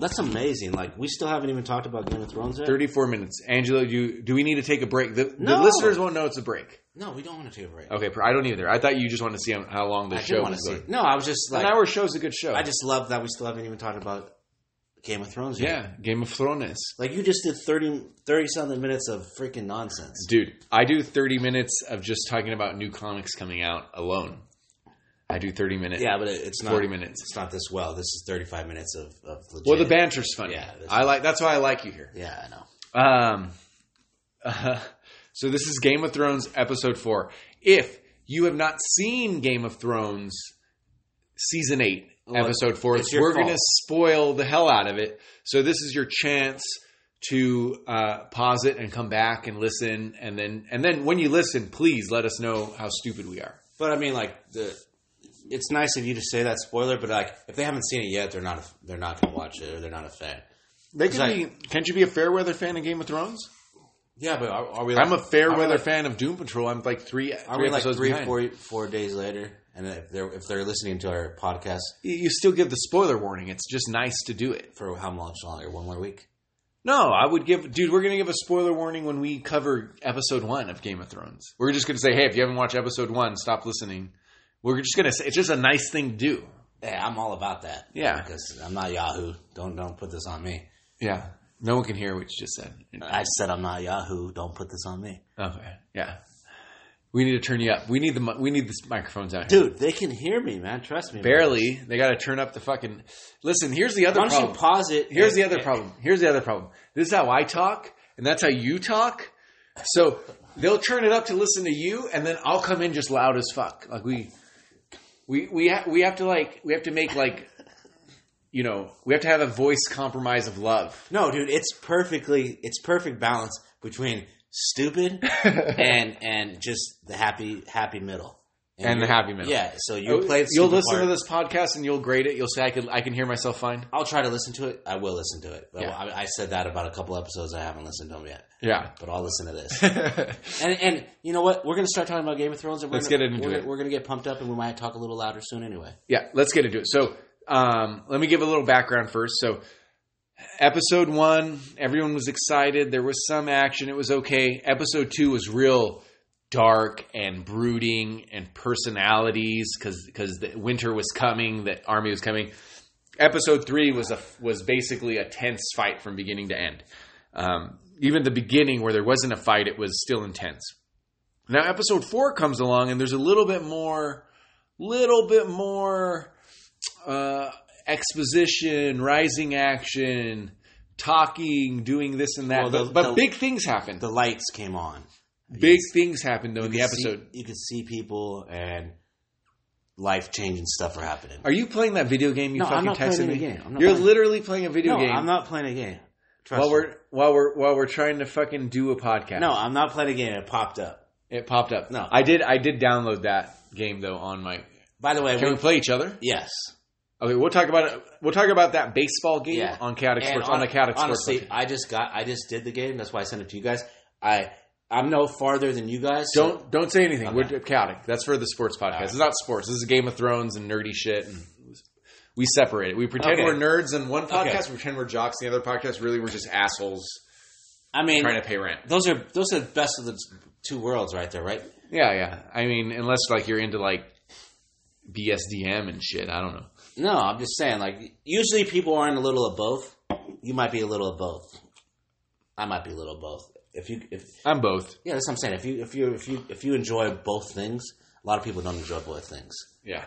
That's amazing. Like we still haven't even talked about Game of Thrones yet.
34 minutes. Angela, you do we need to take a break? The, the
No.
listeners won't know it's a break.
No, we don't want to take a break.
Okay, I don't either. I thought you just wanted to see how- how long Oh, the
I did
show
want to
was
see.
going.
No, I was just like
An hour show's a good show.
I just love that we still haven't even talked about Game of Thrones yet.
yeah, Game of Thrones.
Like you just did 30, 30 something minutes of freaking nonsense.
Dude, I do 30 minutes of just talking about new comics coming out alone. I do 30 minutes.
Yeah, but it, it's not
40 minutes.
It's not this well. This is thirty five minutes of of legit.
Well, the banter's funny.
Yeah, that's-
I like that's why I like you here.
Yeah, I know.
Um, uh, so this is Game of Thrones episode 4. If you have not seen Game of Thrones season 8
Well,
episode 4,
it's your
we're
fault.
going to spoil the hell out of it. So this is your chance to uh, pause it and come back and listen and then and then when you listen, please let us know how stupid we are.
But I mean, like the. It's nice of you to say that spoiler, but like if they haven't seen it yet, they're not they're not gonna watch it or they're not a fan.
They can
Like-
be. Can't you be a fair weather fan of Game of Thrones?
Yeah, but are, are we? Like,
I'm a fair
are we,
weather
like-
fan of Doom Patrol. I'm like three,
Are
three
we like
episodes
three,
behind.
four, four days later? And if they're if they're listening to our podcast
You you still give the spoiler warning. It's just nice to do it.
for how much longer? One more week.
No, I would give, dude. We're gonna give a spoiler warning when we cover episode one of Game of Thrones. We're just gonna say, hey, if you haven't watched episode one, stop listening. We're just gonna say it's just a nice thing to do.
Yeah, I'm all about that.
Yeah.
because I'm not Yahoo. Don't don't put this on me.
Yeah, no one can hear what you just said.
I said I'm not Yahoo. Don't put this on me,
Okay, yeah. We need to turn you up. We need the mi- we need the microphones out here.
dude. They can hear me, man. Trust me.
Barely. They got to turn up the fucking. Listen, here's the other
Why
problem.
don't you pause it?
Here's
and-
the other problem. Here's the other problem. This is how I talk, and that's how you talk. So they'll turn it up to listen to you, and then I'll come in just loud as fuck. Like we, we we ha- we have to like we have to make like, you know, we have to have a voice compromise of love.
No, dude, it's perfectly it's perfect balance between stupid and and just the happy happy middle
And the
you're-
happy middle. Oh,
Yeah, so you play. The
You'll
stupid
listen
part.
to this podcast and you'll grade it. You'll say I can I can hear myself fine.
I'll try to listen to it. I will listen to it. But
Yeah.
I, I said that about a couple episodes. I haven't listened to them yet,
Yeah.
but I'll listen to this. and and you know what? We're gonna start talking about Game of Thrones. And we're
Let's
gonna,
get into
we're,
it.
gonna- We're gonna get pumped up, and we might talk a little louder soon anyway.
yeah, let's get into it. So, um, let me give a little background first. So, episode one, everyone was excited. There was some action. It was okay. Episode two was real dark and brooding and personalities because because the winter was coming, the army was coming. Episode three was a was basically a tense fight from beginning to end. Um, even the beginning where there wasn't a fight, it was still intense. Now, episode four comes along, and there's a little bit more little bit more uh, exposition, rising action, talking, doing this and that.
Well, the-
but but
the-
big things happened.
The lights came on.
big things happened though in the
You could see-
episode.
you could see people and life changing stuff are happening.
Are you playing that video game you
No,
fucking
I'm not
texted
playing
me?
a game. I'm not
You're
playing-
literally playing a video
no,
game
I'm not playing a game. Trust
while
me.
we're while we're while we're trying to fucking do a podcast.
No, I'm not playing a game. It popped up.
it popped up.
No.
I did I did download that game though on my.
By the way,
Can
we-
we play each other?
yes.
Okay, we'll talk about it. We'll talk about that baseball game
Yeah.
on Chaotic
And
Sports on, the Chaotic
honestly,
Sports.
I just got. I just did the game. That's why I sent it to you guys. I I'm no farther than you guys. so-
Don't don't say anything.
Okay.
We're chaotic. That's for the sports podcast. It's not sports. This is Game of Thrones and nerdy shit. And we separate it. We pretend
Okay.
we're nerds in one podcast.
Okay.
We pretend we're jocks in the other podcast. Really, we're just assholes
I mean,
trying to pay rent.
those are those are the best of the two worlds, right there, right?
Yeah, yeah. I mean, unless like you're into like BSDM and shit. I don't know.
No, I'm just saying. Like usually, people aren't a little of both. You might be a little of both. I might be a little of both. If you if
I'm both.
yeah, that's what I'm saying. If you if you if you if you enjoy both things, a lot of people don't enjoy both things.
Yeah.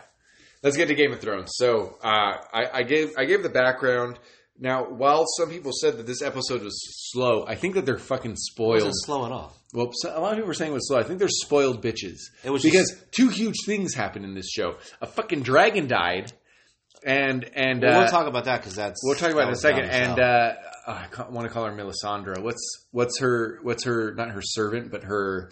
Let's get to Game of Thrones. So uh, I, I gave I gave the background. Now, while some people said that this episode was slow, I think that they're fucking
It
spoiled.
wasn't slow at all.
Well, so- a lot of people were saying it was slow. I think they're spoiled bitches.
It was
because two huge things happened in this show. A fucking dragon died, and and
Well,
uh,
we'll talk about that because that's
we'll talk about it in a
that was
second.
down the
And
south.
uh, I want to call her Melisandre. What's what's her what's her not her servant but her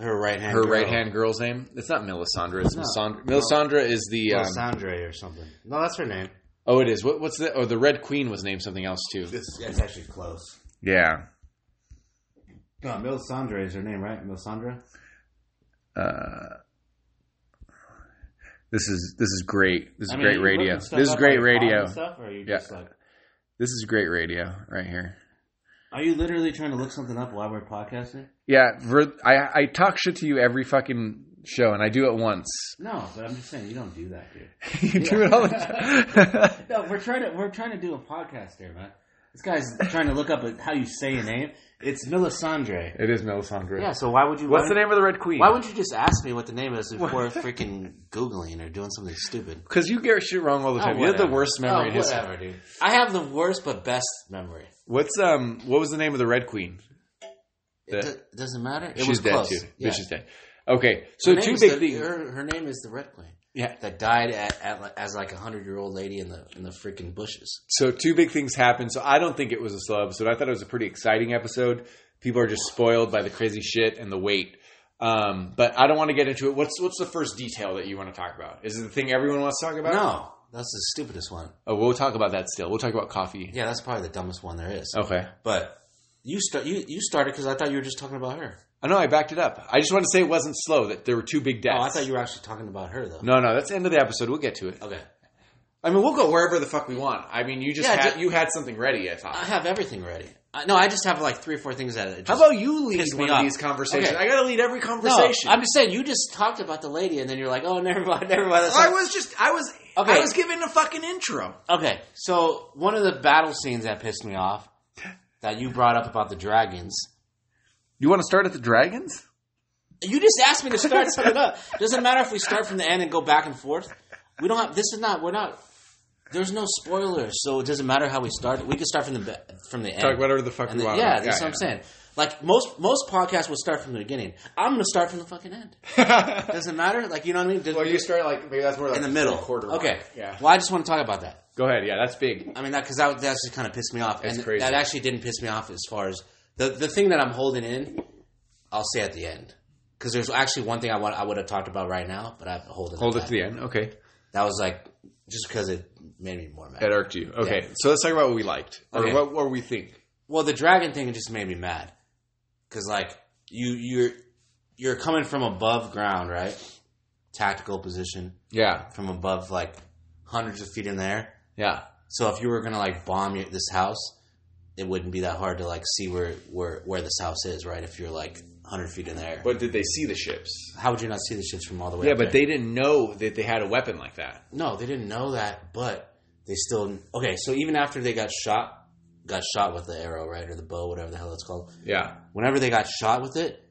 uh, her right hand,
her right hand girl's name? It's not Melisandre. It's
No.
Melisandre. Melisandre is the um,
Melisandre or something. No, that's her name.
oh it is what, what's the oh the Red Queen was named something else too.
This that's actually close.
Yeah.
No, Melisandre is her name, right? Melisandre.
Uh, This is this is great. This is
I mean,
great
you
radio.
looking
This
stuff
is
up
great
on the pod and
radio.
Stuff, or are you
Yeah.
just like,
This is great radio right here.
are you literally trying to look something up while we're podcasting?
Yeah, ver- I I talk shit to you every fucking show, and I do it once.
No, but I'm just saying you don't do that, dude.
you do it all the time.
No, we're trying to we're trying to do a podcast here, man. This guy's trying to look up how you say your name. It's Melisandre.
it is Melisandre.
Yeah. So why would you?
What's the name of the Red Queen?
Why wouldn't you just ask me what the name is before freaking googling or doing something stupid?
Because you get shit wrong all the
Oh,
time. you have the
whatever.
worst memory
Oh,
in history.
whatever, dude. I have the worst but best memory.
What's um? What was the name of the Red Queen?
It
The-
do- doesn't matter. It
She's
was
dead
close.
too.
Yeah.
Bitch is dead. Okay, so
Her
two
name's
big
the-
things.
Her, her name is the Red Queen.
Yeah.
That died at, at li- as like a hundred year old lady in the in the freaking bushes.
So two big things happened. So I don't think it was a slow episode. I thought it was a pretty exciting episode. People are just spoiled by the crazy shit and the weight. Um, but I don't want to get into it. What's what's the first detail that you want to talk about? Is it the thing everyone wants to talk about?
No, that's the stupidest one.
Oh, we'll talk about that still. We'll talk about coffee.
Yeah, that's probably the dumbest one there is.
Okay.
But you start you you started because I thought you were just talking about her.
I know I backed it up. I just want to say it wasn't slow. That there were two big deaths.
Oh, I thought you were actually talking about her though.
No, no, that's the end of the episode. We'll get to it.
Okay.
I mean, we'll go wherever the fuck we want. I mean, you just
Yeah,
had,
ju-
you had something ready. I thought.
I have everything ready. I, no, I just have like three or four things that. it Just,
How about you lead
Pissed me
one of
off.
these conversations?
Okay.
I got to lead every
no?
conversation.
I'm just saying you just talked about the lady and then you're like, oh, never mind, never mind. That's
I
not-
was just I was I
Okay.
was given a fucking intro.
Okay, so one of the battle scenes that pissed me off that you brought up about the dragons.
You want to start at the dragons?
You just asked me to start something up. Doesn't matter if we start from the end and go back and forth. We don't have. This is not. We're not. There's no spoilers, so it doesn't matter how we start. We can start from the be- from the end.
Talk whatever the fuck
And
we
the-
want.
yeah, that's what I'm saying. Like most most podcasts will start from the beginning. I'm gonna start from the fucking end. Doesn't matter. Like you know what I mean? Doesn't-
well, you start like maybe that's more like
in the middle.
quarter.
okay.
mark. Yeah.
Well, I just want to talk about that.
Go ahead. Yeah, that's big.
I mean, that because that, that just kind of pissed me off,
That's
and
crazy.
that actually didn't piss me off as far as the the thing that I'm holding in. I'll say at the end because there's actually one thing I want I would have talked about right now, but I've hold it.
Hold it
at
to
that.
the end. Okay.
That was like just because it made me more mad.
That irked you. Okay. So let's talk about what we liked or
Okay.
what, what we think.
Well, the dragon thing just made me mad because like you you're you're coming from above ground, right? Tactical position
Yeah.
from above, like hundreds of feet in the air.
Yeah.
So if you were gonna like bomb your, this house, it wouldn't be that hard to like see where where where this house is, right? If you're like 100 feet in the air,
But did they see the ships?
how would you not see the ships from all the way?
Yeah,
up
but
there?
they didn't know that they had a weapon like that.
no, they didn't know that, but they still okay. So even after they got shot, got shot with the arrow, right, or the bow, whatever the hell it's called.
Yeah.
Whenever they got shot with it,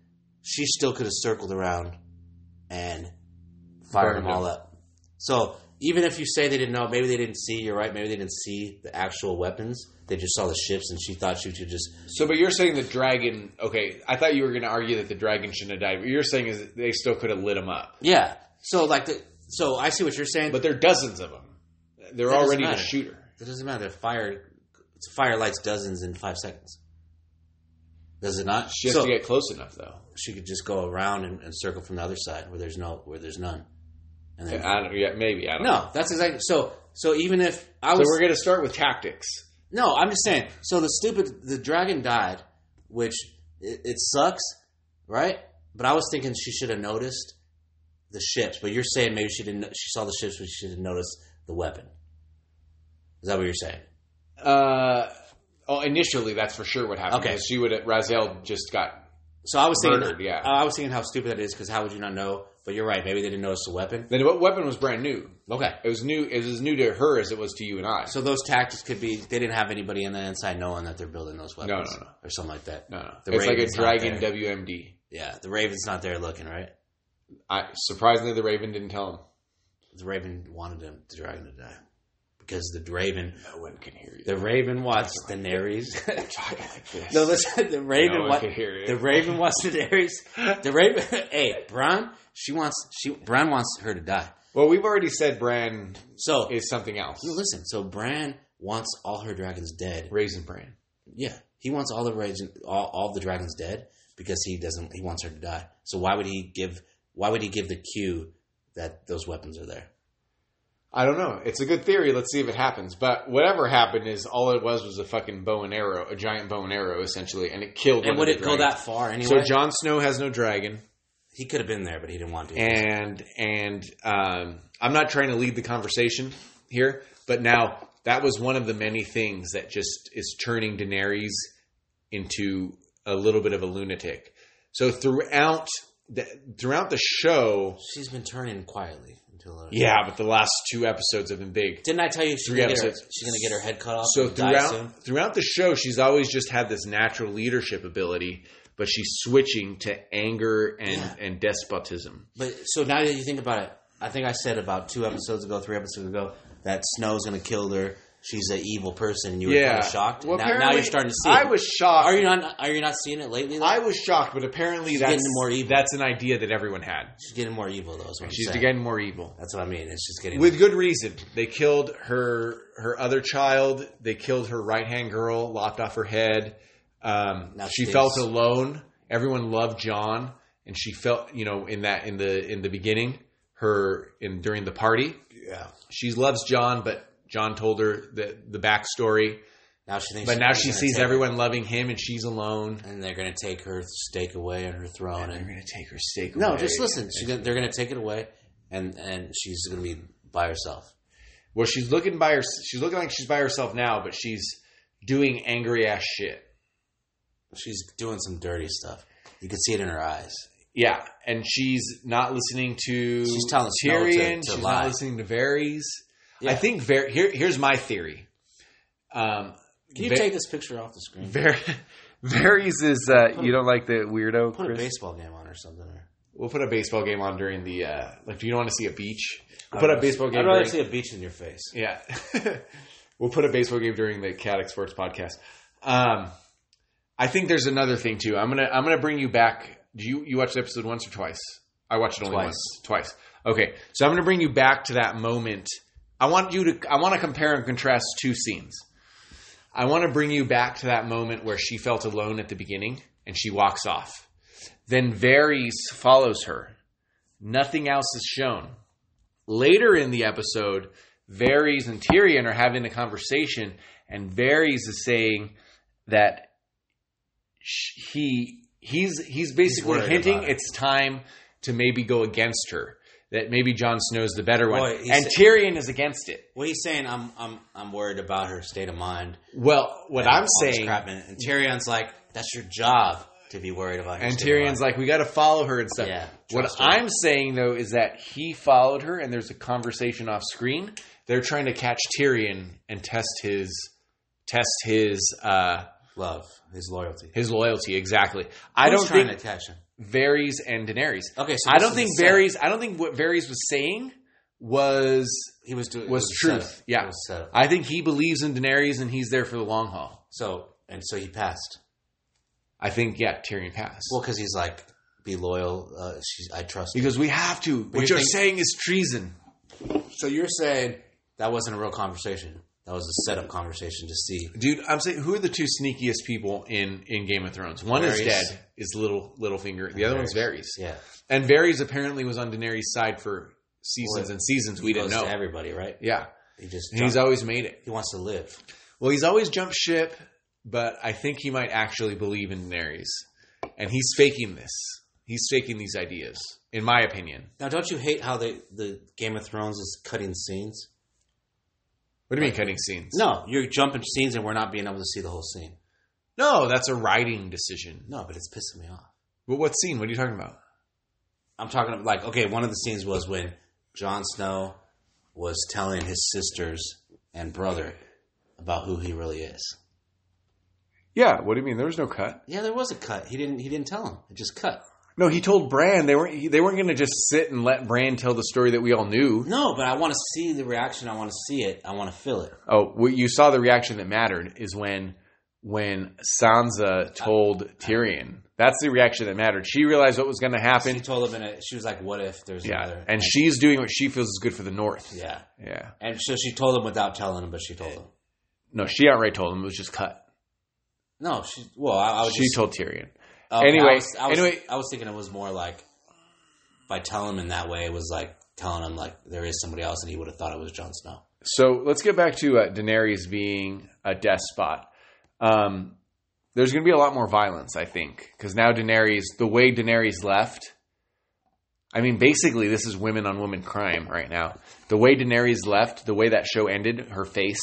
she still could have circled around and fired
Burned
them all up. So even if you say they didn't know, maybe they didn't see. You're right. Maybe they didn't see the actual weapons. They just saw the ships, and she thought she could just
So, but you're saying the dragon? Okay, I thought you were going to argue that the dragon shouldn't have died. What you're saying is they still could have lit him up.
Yeah. So like the so I see what you're saying, but
But there are dozens of them. They're
That
all
doesn't
ready to
matter.
shoot her.
it doesn't matter. Fire fire lights dozens in five seconds. Does it not?
She has
So
to get close enough, though.
she could just go around and, and circle from the other side where there's no where there's none. And then
I don't, yeah, maybe I don't. know.
no, that's exactly so. So even if I
So
was
we're going to start with tactics.
no, I'm just saying. So the stupid the dragon died, which it, it sucks, right? But I was thinking she should have noticed the ships. But you're saying maybe she didn't. She saw the ships, but she didn't notice the weapon. Is that what you're saying?
Uh, oh, initially that's for sure what happened.
Okay.
because she would. Razel just got.
So I was thinking,
Murdered, yeah.
I was thinking how stupid that is because how would you not know? But you're right. Maybe they didn't notice the weapon.
Then what weapon was brand new?
Okay.
It was new. It was as new to her as it was to you and I.
So those tactics could be they didn't have anybody in the inside knowing that they're building those
no,
weapons,
no.
or something like that.
no, no,
The
it's like a
Raven's not
dragon
there.
WMD.
Yeah, the Raven's not there looking, right?
I, surprisingly, the Raven didn't tell him.
The Raven wanted him, the dragon to die because the Raven,
No one can hear you.
the Raven watched the Daenerys.
talking like this.
no, listen, the Raven
No one
wa-
can hear you.
the Raven wants the Daenerys. The Raven, hey, Bron, she wants she Bron wants her to die.
Well, we've already said Bran
So
is something else.
No, listen. So Bran wants all her dragons dead.
Raisin Bran.
Yeah, he wants all the raisin, all, all the dragons dead because he doesn't. He wants her to die. So why would he give? Why would he give the cue that those weapons are there?
I don't know. It's a good theory. Let's see if it happens. But whatever happened is all it was was a fucking bow and arrow, a giant bow and arrow, essentially, and it killed.
And
one
would
of
it
the
go
dragons.
that far anyway?
So Jon Snow has no dragon.
He could have been there, but he didn't want to.
and and um, I'm not trying to lead the conversation here, but now that was one of the many things that just is turning Daenerys into a little bit of a lunatic. So throughout the, throughout the show,
She's been turning quietly until. uh,
yeah, but the last two episodes have been big.
Didn't I tell you she's
Three
gonna, get her,
episodes.
she's gonna get her head cut off?
So
and die soon?
throughout throughout the show, she's always just had this natural leadership ability, but she's switching to anger and
Yeah.
and despotism.
But so now that you think about it, I think I said about two episodes ago, three episodes ago, that Snow's gonna kill her. She's an evil person. and You were kind of shocked.
Well,
now, now
apparently-
you're starting to see.
I
it.
was shocked.
Are you not? Are you not seeing it lately? though?
I was shocked, but apparently
She's
that's
getting more evil.
That's an idea that everyone had.
she's getting more evil though. Is what I'm
She's
saying.
getting more evil
That's what I mean. It's just getting.
with good reason. They killed her her other child. They killed her right hand girl. Lopped off her head. Um,
Now
she
Stace.
felt alone. Everyone loved John, and she felt you know in that in the in the beginning her in during the party
yeah.
she loves John, but John told her the the backstory.
Now she thinks.
But now she
gonna
sees
take-
everyone loving him, and she's alone.
and they're gonna take her stake away and her throne.
They're
And
gonna take her steak.
no,
away.
just listen. She's gonna, they're gonna take it away, and and she's gonna be by herself.
Well, she's looking by her. She's looking like she's by herself now, but she's doing angry ass shit.
She's doing some dirty stuff. You can see it in her eyes.
Yeah, and she's not listening to.
She's telling Snow to-
Tyrion.
to
she's
lie.
not listening to Varys.
Yeah.
I think Var- here. Here's my theory. Um,
Can you
Ve-
take this picture off the screen?
Var- Varys is. Uh, you don't like the weirdo.
Put a
Chris?
baseball game on or something. Or,
we'll put a baseball game on during the. Uh, like, do you don't want to see a beach? We'll put a baseball game.
I'd rather
during-
see a beach in your face.
Yeah. we'll put a baseball game during the Caddick Sports podcast. Um, I think there's another thing too. I'm gonna I'm gonna bring you back. Do you you watch the episode once or twice? I watched it only
Twice.
once. Twice. Okay. So I'm gonna bring you back to that moment. I want you to I want to compare and contrast two scenes. I want to bring you back to that moment where she felt alone at the beginning and she walks off. Then Varys follows her. Nothing else is shown later in the episode, Varys and Tyrion are having a conversation, and Varys is saying that sh- he he's he's basically
worried
hinting
about it.
it's time to maybe go against her. That maybe Jon Snow's the better one,
Boy,
and
he's-
Tyrion is against it.
Well, he's saying I'm I'm I'm worried about her state of mind.
Well, what
and
I'm
all this
saying,
crap. and, and Tyrion's like, that's your job to be worried about. her
and
state of
Tyrion's
mind."
like, we got to follow her and stuff.
Yeah,
what
trust her.
I'm saying though is that he followed her, and there's a conversation off screen. They're trying to catch Tyrion and test his test his uh,
love, his loyalty.
His loyalty, exactly. I
Who's
don't
trying
think
to catch him.
Varys and Daenerys.
Okay, so
I
this
don't
is
think
a setup.
Varys. I don't think what Varys was saying was
he was doing
was
it a
truth.
setup.
Yeah.
It was a setup.
I think he believes in Daenerys and he's there for the long haul.
so and so he passed.
I think yeah, Tyrion passed
Well, because he's like, be loyal. Uh, she's, I trust. you.
because we have to. What
you
you're
think-
saying is treason.
So you're saying that wasn't a real conversation. That was a setup conversation to see.
Dude, I'm saying who are the two sneakiest people in in Game of Thrones? One is
Varys.
dead, is little Littlefinger. The other one's Varys.
Yeah,
And Varys apparently was on Daenerys' side for seasons
Well,
and seasons. We
He
didn't
goes
know.
to everybody, right?
yeah,
He just
and he's
jumped.
always made it.
he wants to live.
Well, he's always jumped ship, but I think he might actually believe in Daenerys, and he's faking this. He's faking these ideas, in my opinion.
Now, don't you hate how they the Game of Thrones is cutting scenes?
What do you mean cutting scenes?
No, you're jumping scenes, and we're not being able to see the whole scene.
no, that's a writing decision.
No, but it's pissing me off.
Well, what scene? What are you talking about?
I'm talking about, like okay, one of the scenes was when Jon Snow was telling his sisters and brother about who he really is.
Yeah, what do you mean? There was no cut.
Yeah, there was a cut. He didn't. He didn't tell him. It just cut.
No, he told Bran they weren't he, they weren't going to just sit and let Bran tell the story that we all knew.
No, but I want to see the reaction. I want to see it. I want to feel it.
Oh, well, you saw the reaction that mattered is when when Sansa told Tyrion. That's the reaction that mattered. She realized what was going to happen.
She told him, and she was like, "What if there's
Yeah,
another?"
and she's doing what she feels is good for the North.
yeah,
yeah.
and so she told him without telling him, but she told him.
No, she outright told him it was just cut.
No, she. Well, I, I was.
She
Oh, just,
told Tyrion.
okay,
anyway,
I was, I was,
anyway-
I was thinking it was more like by telling him in that way. It was like telling him like there is somebody else, and he would have thought it was Jon Snow.
So let's get back to uh, Daenerys being a despot. Um, there's going to be a lot more violence, I think, because now Daenerys, the way Daenerys left, I mean, basically, this is women on women crime right now. The way Daenerys left, the way that show ended, her face,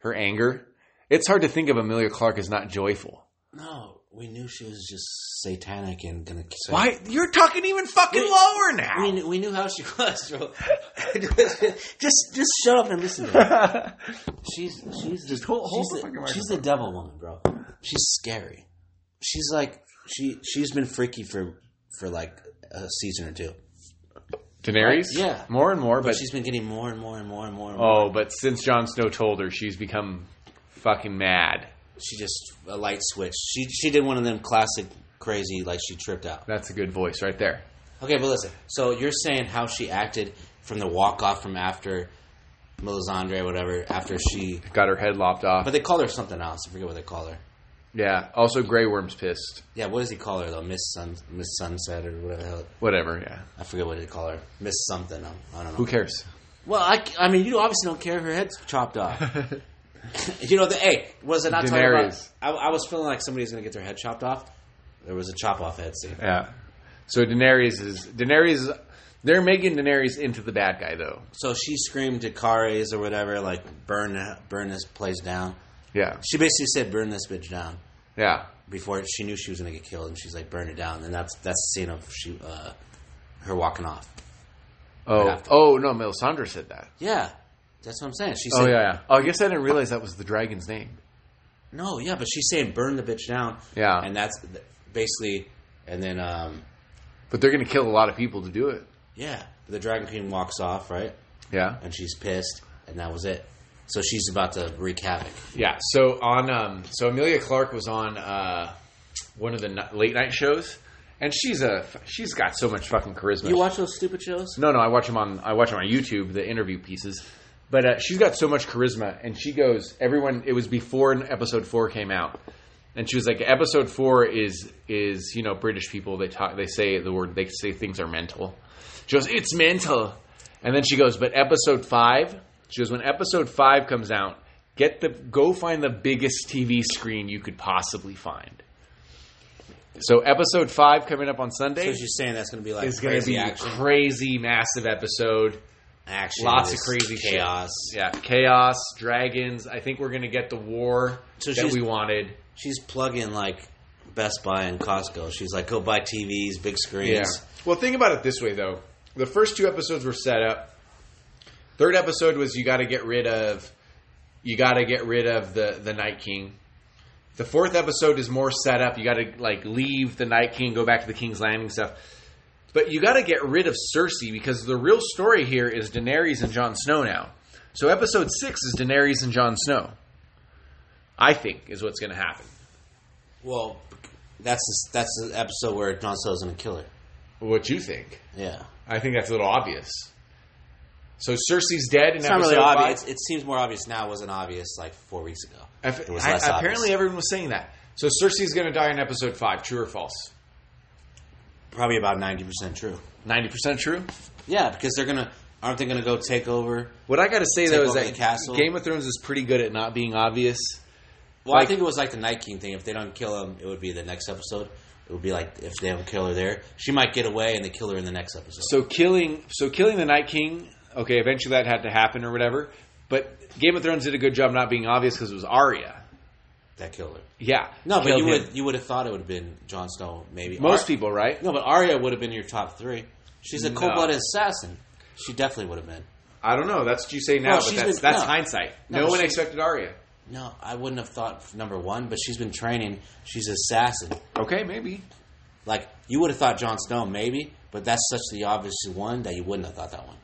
her anger. It's hard to think of Amelia Clark as not joyful.
No, we knew she was just satanic and gonna. kiss her.
Why? You're talking even fucking
We-
lower now.
We knew, we knew how she was, bro. just just shut up and listen. To her. She's she's just
hold- hold the
she's,
fucking
the, she's the devil woman, bro. She's scary. She's like she she's been freaky for for like a season or two,
Daenerys?
Yeah.
More and more,
but,
but,
she's been getting more and more and more and more. And more.
oh, but since Jon Snow told her, she's become fucking mad.
She just a light switch. She she did one of them classic crazy like she tripped out.
That's a good voice right there.
Okay, but listen. So you're saying how she acted from the walk off from after Melisandre, whatever, after she.
Got her head lopped off.
But they call her something else. I forget what they call her.
yeah. Also, Grey Worm's pissed.
Yeah, what does he call her though? Miss Sun, Miss Sunset, or whatever the hell.
Whatever. Yeah.
I forget what they call her. Miss something. I don't- I don't know.
Who cares?
Well, I, I mean, you obviously don't care. if Her head's chopped off. you know the hey was it not talking about?
Daenerys.
I, I was feeling like somebody's gonna get their head chopped off. There was a chop off head scene.
Yeah. So Daenerys is Daenerys. Is, they're making Daenerys into the bad guy though.
So she screamed to Kares or whatever, like burn burn this place down.
Yeah.
She basically said burn this bitch down
Yeah.
before she knew she was gonna get killed, and she's like burn it down. And that's that's the scene of she uh, her walking off.
Oh.
after.
Oh no. Melisandre said that.
Yeah, that's what I'm saying. She
Oh
said
yeah, yeah. Oh, I guess I didn't realize that was the dragon's name.
No, yeah, but she's saying burn the bitch down.
Yeah.
and that's th- basically, and then um,
But they're gonna kill a lot of people to do it.
yeah, the Dragon Queen walks off, right?
Yeah.
And she's pissed, and that was it. So she's about to wreak havoc.
Yeah. So on, um, so Amelia Clark was on uh, one of the ni- late night shows, and she's a she's got so much fucking charisma.
You watch those stupid shows?
No, no, I watch them on I watch them on YouTube, the interview pieces. But uh, she's got so much charisma, and she goes. Everyone, it was before an episode four came out, and she was like, "Episode four is is you know British people they talk they say the word they say things are mental." She goes, "It's mental," and then she goes, "But episode five, she goes, when episode five comes out, get the go find the biggest TV screen you could possibly find." So episode five coming up on Sunday
So she's saying that's going to be like
is going to
crazy
be
action,
a crazy, massive episode.
action,
Lots of
just
crazy shit.
chaos.
Yeah, chaos, dragons. I think we're going to get the war
So
that
she's-
we wanted.
She's plugging like Best Buy and Costco. She's like, go buy TVs, big screens.
Well, think about it this way, though. The first two episodes were set up. Third episode was you got to get rid of, you got to get rid of the the Night King. The fourth episode is more set up. You got to like leave the Night King, go back to the King's Landing stuff. But you got to get rid of Cersei because the real story here is Daenerys and Jon Snow now. So episode six is Daenerys and Jon Snow. I think is what's going to happen.
Well, that's the, that's the episode where Jon Snow's going to kill her.
What you think?
Yeah.
I think that's a little obvious. So Cersei's dead, and
It's not really obvious. It seems more obvious now. It wasn't obvious like four weeks ago. It was less obvious.
apparently, everyone was saying that. So Cersei's going to die in episode five. True or false?
probably about ninety percent true.
Ninety percent true.
Yeah, because they're gonna aren't they gonna go take over?
What I got to say
Take
though is
over
that
the castle.
Game of Thrones is pretty good at not being obvious.
Well,
Like-
I think it was like the Night King thing. If they don't kill him, it would be the next episode. It would be like if they don't kill her there, she might get away, and they kill her in the next episode.
So killing, so killing the Night King. Okay, eventually that had to happen or whatever. But Game of Thrones did a good job not being obvious because it was Arya.
that killed her.
Yeah,
No, but
Killed
you
him.
would you would have thought it would have been Jon Snow maybe.
Most
Ar-
people, right?
No, but Arya would have been your top three. She's a
No.
cold blooded assassin. She definitely would have been.
I don't know. That's what you say now,
Well,
but
she's
that's
been-
that's
no.
hindsight.
No,
No, one
she-
expected Arya.
No, I wouldn't have thought number one, but she's been training. She's an assassin.
Okay, maybe.
Like you would have thought Jon Snow maybe, but that's such the obvious one that you wouldn't have thought that one.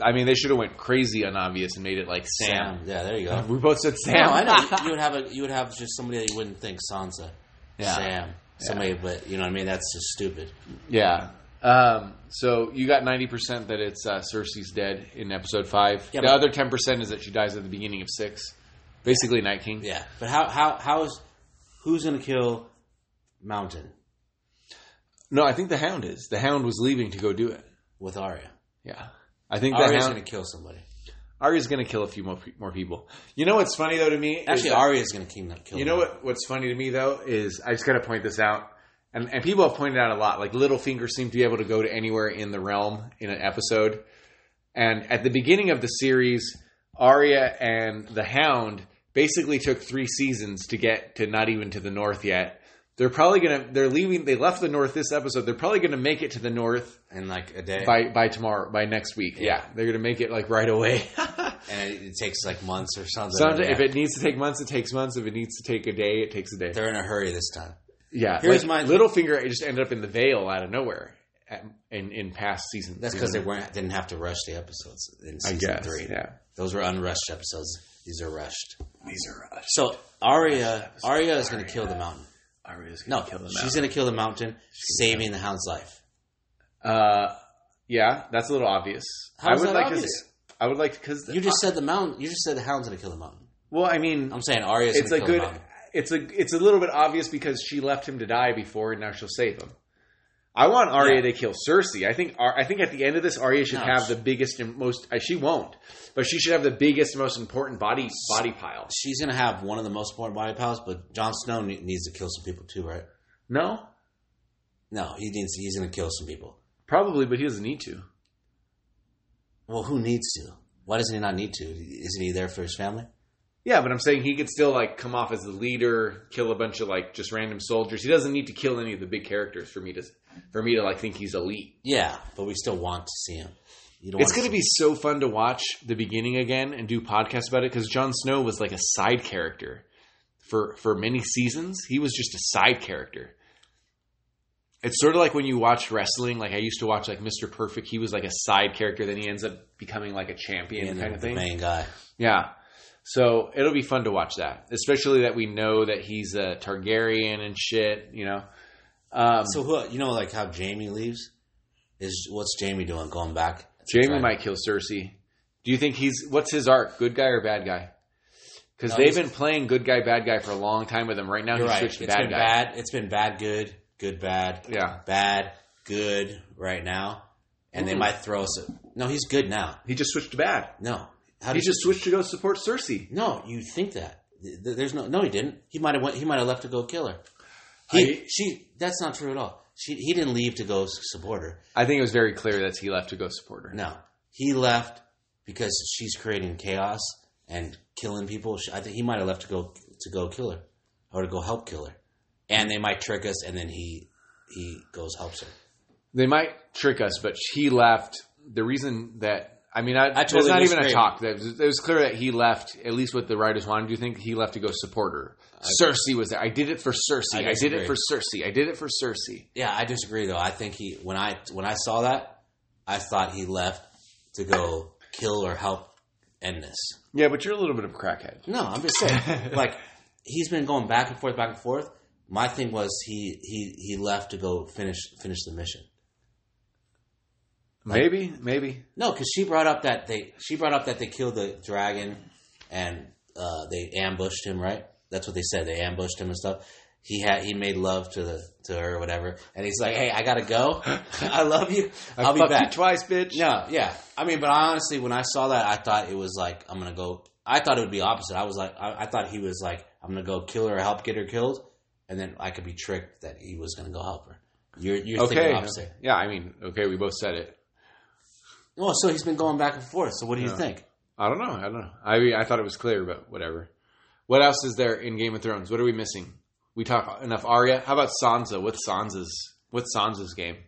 I mean, they should have went crazy on obvious and made it like Sam.
yeah, there you go.
We both said Sam.
No, I know. you would have a you would have just somebody that you wouldn't think Sansa,
Yeah.
Sam, somebody, but you know what I mean. That's just stupid.
yeah. Um, so you got ninety percent that it's uh, Cersei's dead in episode five.
Yeah,
the
but-
other ten percent is that she dies at the beginning of six. Basically, Night King.
Yeah, but how how how is who's gonna kill Mountain
No, I think the Hound is. The Hound was leaving to go do it.
with Arya?
Yeah, I think the
Arya's
Hound.
gonna kill somebody.
Arya's going to kill a few more, pe- more people. You know what's funny though to me? is
Actually,
that-
Arya's gonna kill kill.
You know
them.
what? What's funny to me though is I just got to point this out and and people have pointed out a lot. Like Littlefinger seemed to be able to go to anywhere in the realm in an episode, and at the beginning of the series, Arya and the Hound basically took three seasons to get to not even to the North yet. They're probably gonna. They're leaving. They left the North this episode. They're probably gonna make it to the North
in like a day,
by by tomorrow, by next week. Yeah,
Yeah.
they're gonna make it like right away.
and it, it takes like months or something.
Some, If
Yeah.
it needs to take months, it takes months. If it needs to take a day, it takes a day.
They're in a hurry this time.
Yeah,
Here's
like,
my-
Littlefinger. just ended up in the Vale out of nowhere at, in in past seasons.
That's because they weren't didn't have to rush the episodes
Mm-hmm.
in
I
season
guess.
three.
Yeah,
Those were unrushed episodes. These are rushed.
these are us.
So Arya, Arya is going to kill the mountain.
Arya's
No,
gonna kill them.
she's going to kill the mountain, saving the Hound's life.
Uh, yeah, that's a little obvious.
How is that obvious?
to. s- I would like because
You just said the mountain. You just said the Hound's going to kill the mountain.
well, I mean,
I'm saying Arya's going
it's
to
a
kill
good.
the mountain.
It's a it's a little bit obvious because she left him to die before, and now she'll save him. I want Arya
Yeah.
to kill Cersei. I think Ar- I think at the end of this, Arya should
No,
have
she-
the biggest and most. Uh, she won't, but she should have the biggest, most important body body pile.
She's going to have one of the most important body piles, but Jon Snow ne- needs to kill some people too, right?
No,
No, he needs. He's going to kill some people.
Probably, but he doesn't need to.
Well, who needs to? Why doesn't he not need to? Isn't he there for his family?
Yeah, but I'm saying he could still like come off as the leader, kill a bunch of like just random soldiers. He doesn't need to kill any of the big characters for me to for me to like think he's elite.
Yeah, but we still want to see him. You don't
It's
want
going to be so fun to watch the beginning again and do podcasts about it because Jon Snow was like a side character for for many seasons. He was just a side character. It's sort of like when you watch wrestling. Like I used to watch like Mr. Perfect. He was like a side character, then he ends up becoming like a
to
champion
see him
kind
the
of thing.
main guy.
Yeah. So it'll be fun to watch that, especially that we know that he's a Targaryen and shit. You know. Um,
So who you know, like how Jamie leaves is what's Jamie doing? Going back?
Jamie
Right.
might kill Cersei. Do you think he's what's his arc? Good guy or bad guy? Because
No,
they've
he's-
been playing good guy, bad guy for a long time with him. Right now,
You're
he's
right. It's
switched to bad
been
guy.
bad. It's been bad. Good. Good. Bad.
Yeah,
Bad. Good. Right now, and they
Mm.
might throw us. A, no, he's good now.
he just switched to bad.
No, how
He
did-
just switched to go support Cersei.
No, you think that? Th- th- There's no. No, he didn't. He might have went. He might have left to go kill her. He,
I-
she. That's not true at all. She. He didn't leave to go s- support her.
I think it was very clear that he left to go support her.
No, he left because she's creating chaos and killing people. She- I think he might have left to go to go kill her or to go help kill her, and they might trick us, and then he he goes helps her.
They might trick us, but he left. The reason that I mean, I,
I
there's
totally
not even a
disagree.
talk. That it was clear that he left. At least what the writers wanted you to think, he left to go support her. Cersei was there. I did it for Cersei.
I
I, did it
disagree.
for Cersei. I did it for Cersei.
Yeah, I disagree though. I think he when I when I saw that, I thought he left to go kill or help end this.
Yeah, but you're a little bit of a crackhead.
No, I'm just saying. like he's been going back and forth, back and forth. My thing was he he he left to go finish finish the mission.
Maybe, maybe.
No, because she brought up that they she brought up that they killed the dragon and uh, they ambushed him. Right? That's what they said. They ambushed him and stuff. He had he made love to the to her or whatever, and he's like, "Hey, I gotta go. I love you. I'll be
fucked
back."
you twice, bitch.
No, yeah. I mean, but I honestly, when I saw that, I thought it was like I'm gonna go. I thought it would be opposite. I was like, I, I thought he was like, I'm gonna go kill her, or help get her killed, and then I could be tricked that he was gonna go help her. You're you're
okay.
thinking opposite.
Yeah, I mean, okay, we both said it.
Well, so he's been going back and forth. So what do you
Yeah.
think?
I don't know. I don't know. I mean, I thought it was clear, but whatever. What else is there in Game of Thrones? What are we missing? We talk enough Arya. How about Sansa? What's Sansa's? What's Sansa's game?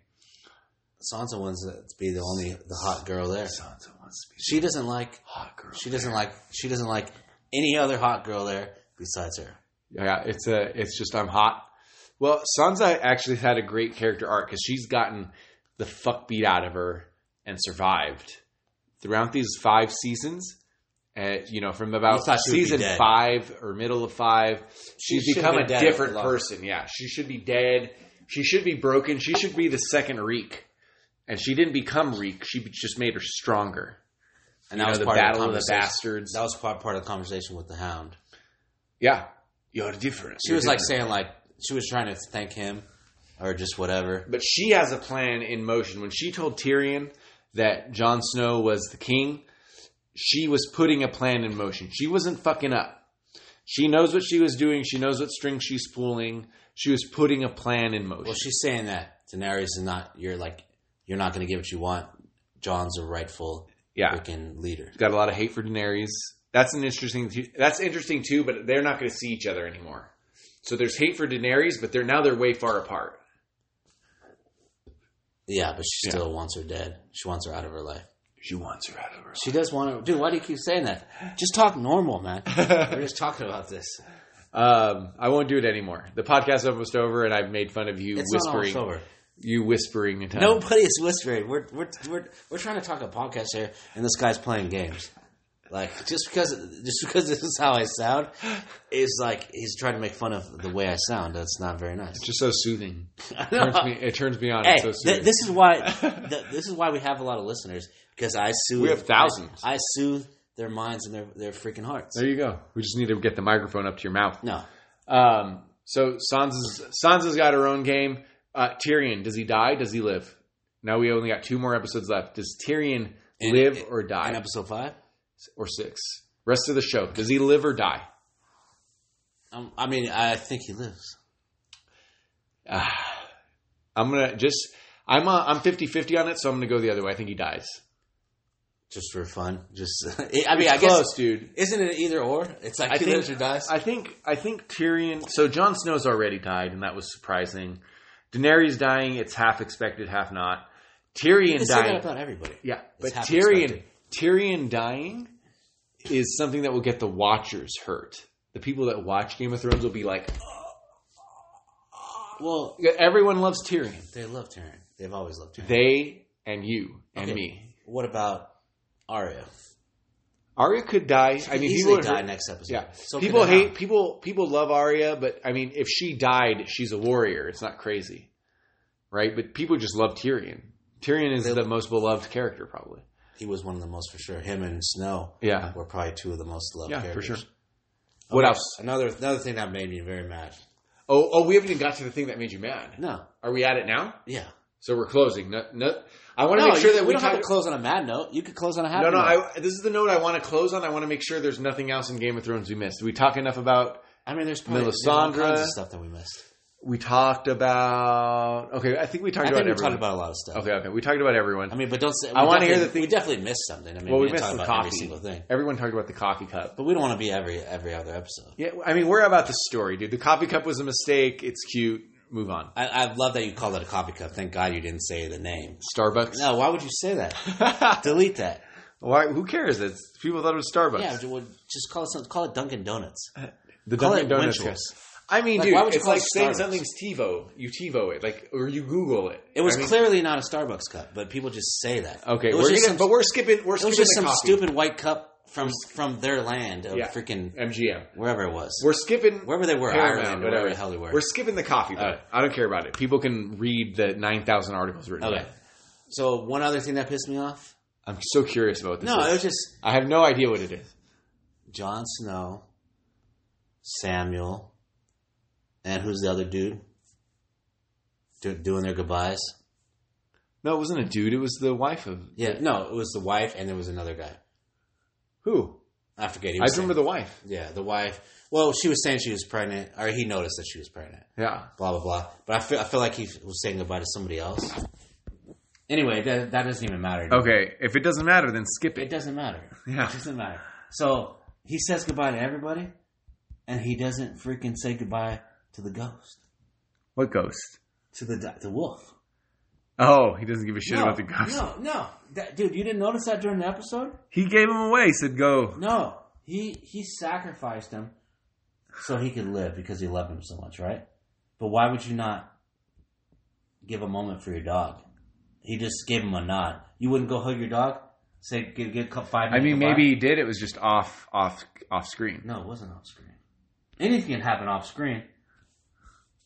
Sansa wants to be the only the hot girl there.
Sansa wants to be
She doesn't like.
hot girl.
She doesn't like. She doesn't like any other hot girl there besides her.
Yeah, it's a. It's just I'm hot. Well, Sansa actually had a great character arc because she's gotten the fuck beat out of her and survived throughout these five seasons. Uh, you know, from
You
about
thought she would be
season
dead.
five or middle of five, she's
should have
become
been
a
dead
different
long-
person. Yeah, she should be dead. She should be broken. She should be the second Reek, and she didn't become Reek. She just made her stronger. You
And that
know,
was
the
part
battle
of
of
the
the
conversation.
bastards.
That was part part of the conversation with the Hound.
Yeah, you're different.
She
You're
was like
different.
saying like she was trying to thank him or just whatever.
But she has a plan in motion. When she told Tyrion that Jon Snow was the king, she was putting a plan in motion. She wasn't fucking up. She knows what she was doing. She knows what strings she's pulling. She was putting a plan in motion.
Well, she's saying that Daenerys is not. You're like, you're not going to get what you want. John's a rightful
yeah,
freaking leader.
got a lot of hate for Daenerys. That's an interesting. That's interesting too, but they're not going to see each other anymore. So there's hate for Daenerys, but they're now they're way far apart.
Yeah, but she
Yeah.
still wants her dead. She wants her out of her life.
She wants her out of her.
She does want her. Dude, why do you keep saying that? Just talk normal, man. We're just talking about this.
Um, I won't do it anymore. The podcast's almost over, and I've made fun of you
It's
whispering.
not almost over.
You whispering. And telling-
Nobody is whispering. We're, we're we're we're trying to talk a podcast here, and this guy's playing games. Like just because just because this is how I sound, is like he's trying to make fun of the way I sound. That's not very nice.
It's just so soothing.
I
It turns
know.
me, it turns me on.
Hey,
it's so
th-
soothing.
this is why th- this is why we have a lot of listeners because I soothe.
we have thousands.
I soothe their minds and their their freaking hearts.
There you go. We just need to get the microphone up to your mouth.
No,
Um, so Sansa's Sansa's got her own game. Uh, Tyrion, does he die? Does he live? Now we only got two more episodes left. Does Tyrion
In-
live
in-
or die?
in episode five,
or six? Rest of the show. Does he live or die?
um, I mean, I think he lives.
Ah. I'm gonna just. I'm uh, I'm 50-50 on it, so I'm gonna go the other way. I think he dies.
Just for fun, just I mean, I
It's close,
guess
dude.
isn't it either or? It's like
I
he
think-
lives or dies.
I think I think Tyrion. So Jon Snow's already died, and that was surprising. Daenerys dying. It's half expected, half not. Tyrion
They say
dying.
that about everybody.
Yeah, but
It's half
Tyrion
expected.
Tyrion dying is something that will get the watchers hurt. The people that watch Game of Thrones will be like,
Well,
everyone loves Tyrion.
they love Tyrion. They've always loved Tyrion.
They and you and
Okay.
me.
what about Arya?
Arya could die. I mean, people
easily
would
die next episode.
Yeah,
So
people
could
hate
Jon.
people. People love Arya, but I mean, if she died, she's a warrior. It's not crazy, right? But people just love Tyrion. Tyrion is
They-
the most beloved character, probably.
He was one of the most for sure. Him and Snow
Yeah,
were probably two of the most loved.
yeah, for
characters.
sure. What
Okay,
else?
Another another thing that made me very mad.
Oh, oh, we haven't even got to the thing that made you mad.
No,
Are we at it now?
yeah.
So we're closing. No, no, I want to
no,
make sure
you-
that we,
don't have
talk-
to close on a mad note. You could close on a happy.
No, no.
note.
I, this is the note I want to close on. I want to make sure there's nothing else in Game of Thrones we missed. We talk enough about.
I, mean, there's probably there's all
Melisandre.
kinds of stuff that we missed.
We talked about. Okay, I think we
I
talked
think
about
we
everyone.
talked about a lot of stuff.
okay, okay. We talked about everyone.
I mean, but don't say.
I
we
wanna hear
definitely-
the thing-
We definitely missed something. I mean,
well,
we,
we missed
didn't talk
the
about
coffee.
every single thing,
Everyone talked about the coffee cup.
but we don't want to be every every other episode.
Yeah, I mean, we're about the story, dude. The coffee cup was a mistake. It's cute. Move on.
I, I love that you called it a coffee cup. Thank God you didn't say the name.
Starbucks.
No, why would you say that? Delete that.
Why? Who cares? It's people thought it was Starbucks.
Yeah, well, just call it something. Call it Dunkin' Donuts.
the
Call
Dunkin'
it
Donuts.
Winchell's.
cup. I mean,
Like,
dude,
why would you
it's
call
like
it
saying
Starbucks?
something's TiVo. You TiVo it, like, or you Google it.
It was
I mean-
clearly not a Starbucks cup, but people just say that.
Okay,
it was
we're
just
gonna-
some,
but we're skipping. We're
it was
skipping
just
the
some
coffee.
stupid white cup from from their land of
Yeah.
freaking
MGM.
wherever it was.
We're skipping
Wherever they were,
Paramount,
Ireland, or wherever the hell they were. Oh.
We're skipping the coffee. though.
Alright.
I don't care about it. People can read the nine thousand articles written.
okay.
about it.
So one other thing that pissed me off.
I'm so curious about what this.
No, it
is.
was just
I have no idea what it is.
Jon Snow, Samuel, and who's the other dude? Do, doing their goodbyes.
No, it wasn't a dude. It was the wife of
Yeah, no, it was the wife, and there was another guy.
who?
I forget. He
I
was
remember the wife.
the yeah the wife. Well, she was saying she was pregnant, or he noticed that she was pregnant.
Yeah.
Blah blah blah. But I feel I feel like he was saying goodbye to somebody else. Anyway, that that doesn't even matter.
Okay. If it doesn't matter, then skip
It doesn't matter.
Oh. Yeah.
It doesn't matter. So he says goodbye to everybody, and he doesn't freaking say goodbye to the ghost,
What ghost?
to the the wolf.
Oh, he doesn't give a shit
no, No, no, That- dude, you didn't notice that during the episode.
He gave him away. He said, "Go."
No, he he sacrificed him so he could live because he loved him so much, right? But why would you not give a moment for your dog? He just gave him a nod. You wouldn't go hug your dog, say give, give a cou- five.
I
minute
mean,
goodbye?
maybe he did. It was just off, off, off screen.
No, it wasn't off screen. Anything can happen off screen.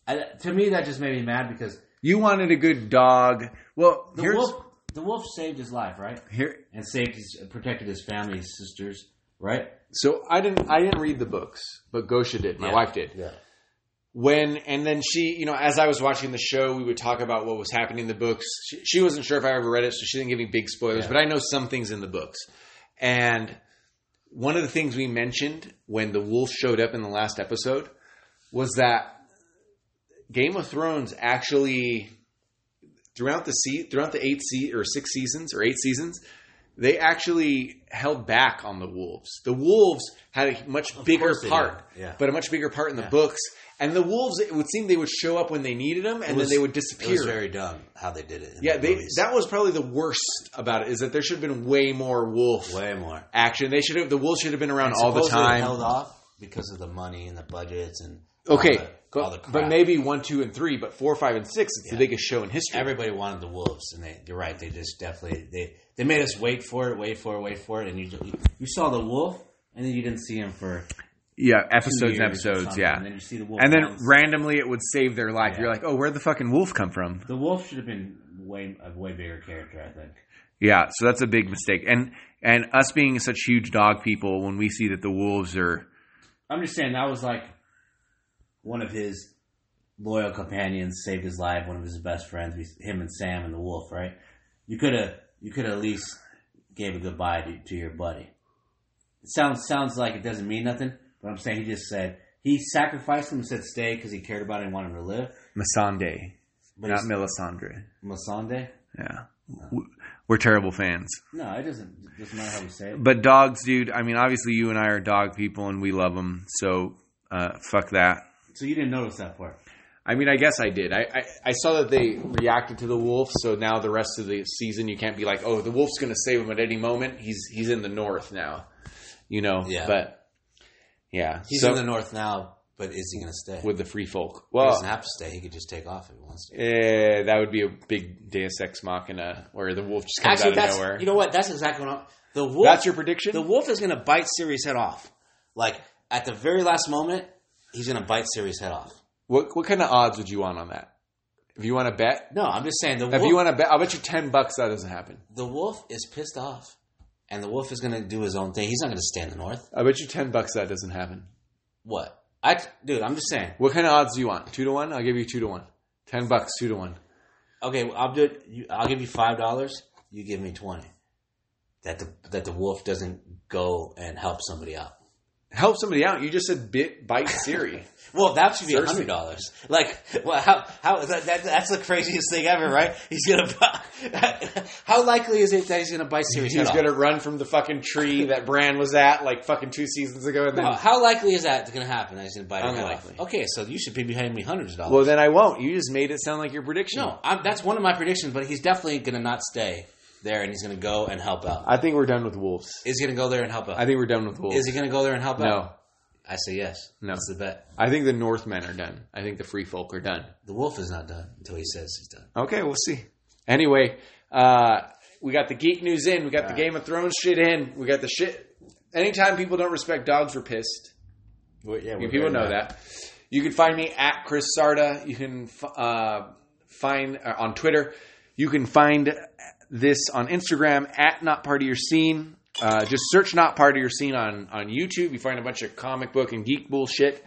I, to me, that just made me mad because
You wanted a good dog. Well,
the
here's
wolf, the wolf saved his life, right?
here.
And saved his, protected his family, his sisters, right?
So I didn't I didn't read the books, but Gosha did. My
Yeah.
wife did.
Yeah.
When and then she, you know, as I was watching the show, we would talk about what was happening in the books. She, she wasn't sure if I ever read it, so she didn't give me big spoilers,
Yeah.
but I know some things in the books. And one of the things we mentioned when the wolf showed up in the last episode was that Game of Thrones actually throughout the se- throughout the eight se- or six seasons or eight seasons they actually held back on the wolves. The wolves had a much bigger
course they
part,
did, yeah.
but a much bigger part in the
Yeah.
books. And the wolves, it would seem they would show up when they needed them, and
was-
then they would
It
disappear.
was very dumb how they did it. in
yeah,
the
they,
movies.
that was probably the worst about it is that there should have been way more wolf
way more
action. They should have the wolves should have been around all the
Supposedly
time.
Held off because of the money and the budgets and all
Okay,
the- all the
but,
crap.
but maybe one, two, and three, but four, five, and six. It's the
Yeah.
biggest show in history.
everybody wanted the wolves, and they you're right. They just definitely they they made us wait for it, wait for it, wait for it, and you you saw the wolf, and then you didn't see him for
yeah,
two
episodes
years
and
or
episodes.
something,
Yeah,
and then you see the wolf,
and then
once.
randomly it would save their life.
Yeah.
You're like, oh, where the fucking wolf come from?
the wolf should have been way a way bigger character, I think.
Yeah, so that's a big mistake. And and us being such huge dog people, when we see that the wolves are
I'm just saying that was like one of his loyal companions saved his life. One of his best friends, we- him and Sam and the wolf. Right? You could have you could at least gave a goodbye to, to your buddy. It sounds sounds like it doesn't mean nothing, but I'm saying he just said he sacrificed him and said stay because he cared about him and wanted him to live.
Masande,
But
not
not
Melisandre.
Masande.
Yeah, W- we're terrible fans.
No, it doesn't. It doesn't matter how you say it.
But dogs, dude. I mean, obviously you and I are dog people, and we love them. So uh, fuck that.
So you didn't notice that part.
I mean, I guess I did. I, I, I saw that they reacted to the wolf, so now the rest of the season you can't be like, oh, the wolf's going to save him at any moment. He's he's in the north now, you know.
Yeah.
But yeah,
He's
so
in the north now, but is he going to stay?
with the free folk.
he
Well,
doesn't have to stay. He could just take off if he wants to.
eh, that would be a big Deus Ex Machina where the wolf just comes
Actually,
out of
that's
nowhere.
you know what? That's exactly what I'm, the wolf.
that's your prediction.
the wolf is going to bite Sirius head off. Like at the very last moment, he's going to bite Sirius head off.
what what kind of odds would you want on that? If you want to bet,
No, I'm just saying the
if
wolf.
you want to bet, I'll bet you ten bucks that doesn't happen.
the wolf is pissed off, and the wolf is going to do his own thing. He's not going to stay in the north.
I bet you ten bucks that doesn't happen.
What? I dude, I'm just saying.
What kind of odds do you want? Two to one? I'll give you two to one. Ten bucks, two to one.
Okay, well, I'll do it. You, I'll give you five dollars. You give me twenty. That the that the wolf doesn't go and help somebody out.
Help somebody out. You just said bit bite Siri.
Well, that should be
Seriously.
hundred dollars. Like, well, how how is that, that? That's the craziest thing ever, right? He's gonna. bu- how likely is it that he's gonna buy Sirius?
He's gonna run from the fucking tree that Bran was at like fucking two seasons ago. And then,
how likely is that gonna happen? That he's gonna buy your head off?
Unlikely.
Okay, so you should be paying me hundreds of dollars.
well, then I won't. You just made it sound like your prediction.
no, I'm, that's one of my predictions. But he's definitely gonna not stay there, and he's gonna go and help out.
I think we're done with wolves.
Is he gonna go there and help out?
I think we're done with wolves.
is he gonna go there and help out?
no,
I say yes.
No.
that's the bet.
I think the Northmen are done. I think the free folk are done.
The wolf is not done until he says he's done.
Okay, we'll see. Anyway, uh, we got the geek news in. We got the Game of Thrones shit in. We got the shit. Anytime people don't respect dogs, we're pissed.
yeah,
You people know that. You can find me at Chris Sarda. You can f- uh, find uh, on Twitter. You can find this on Instagram at Not Part of Your Scene. Uh, just search Not Part of Your Scene on on YouTube. You find a bunch of comic book and geek bullshit.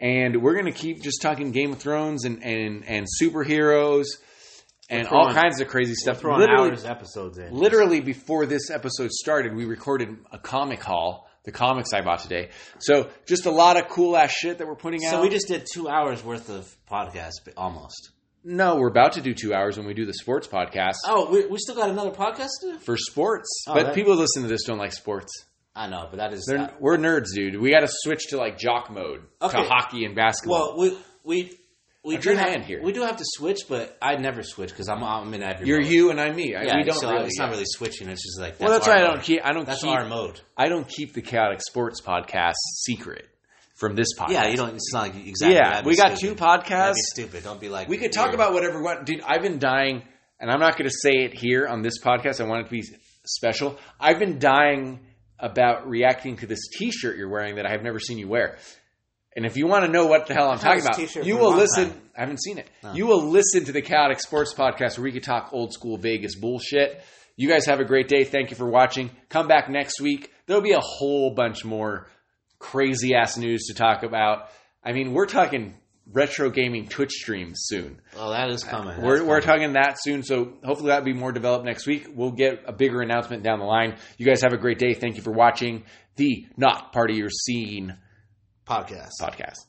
And we're gonna keep just talking Game of Thrones and and and superheroes and
throwing-
all kinds of crazy stuff.
Throwing
Literally-
hours episodes in.
literally before this episode started, we recorded a comic haul, the comics I bought today. So just a lot of cool ass shit that we're putting out.
So we just did two hours worth of podcast, but almost.
no, we're about to do two hours when we do the sports podcast
Oh, we, we still got another podcast to do?
for sports,
Oh,
but
that-
people who listen to this don't like sports.
I know, but that is uh,
They're,
that-
We're nerds, dude. We got to switch to like jock mode
Okay.
to hockey and basketball.
Well, we we we
I'm
do
trying to
have,
end here.
We do have to switch, but I never switch because I'm I'm in every.
You're
mode.
you and I'm me. I,
Yeah,
we don't
so
really.
it's not really switching. It's just like
well, that's
our
why I don't
mode.
keep. I don't
That's
keep.
our mode.
I don't keep the chaotic sports podcast secret from this podcast.
Yeah, you don't. It's not like exactly.
Yeah,
that'd be
we got
stupid.
two podcasts.
That'd be stupid. Don't be like
We could talk
you're-
about whatever we want. Dude, I've been dying, and I'm not going to say it here on this podcast. I want it to be special. I've been dying about reacting to this t shirt you're wearing that I have never seen you wear. And if you want to know what the hell I'm
had
talking
this
about,
t-shirt
you
for a
will
long
listen.
time.
I haven't seen it. You will listen to the Chaotic Sports Podcast where we could talk old school Vegas bullshit. You guys have a great day. Thank you for watching. Come back next week. There'll be a whole bunch more crazy ass news to talk about. I mean, we're talking retro gaming Twitch streams soon.
Oh, that is coming. That's
We're, we're talking
coming.
that soon, so hopefully that'll be more developed next week. We'll get a bigger announcement down the line. You guys have a great day. Thank you for watching the Not Part of Your Scene
podcast.
podcast.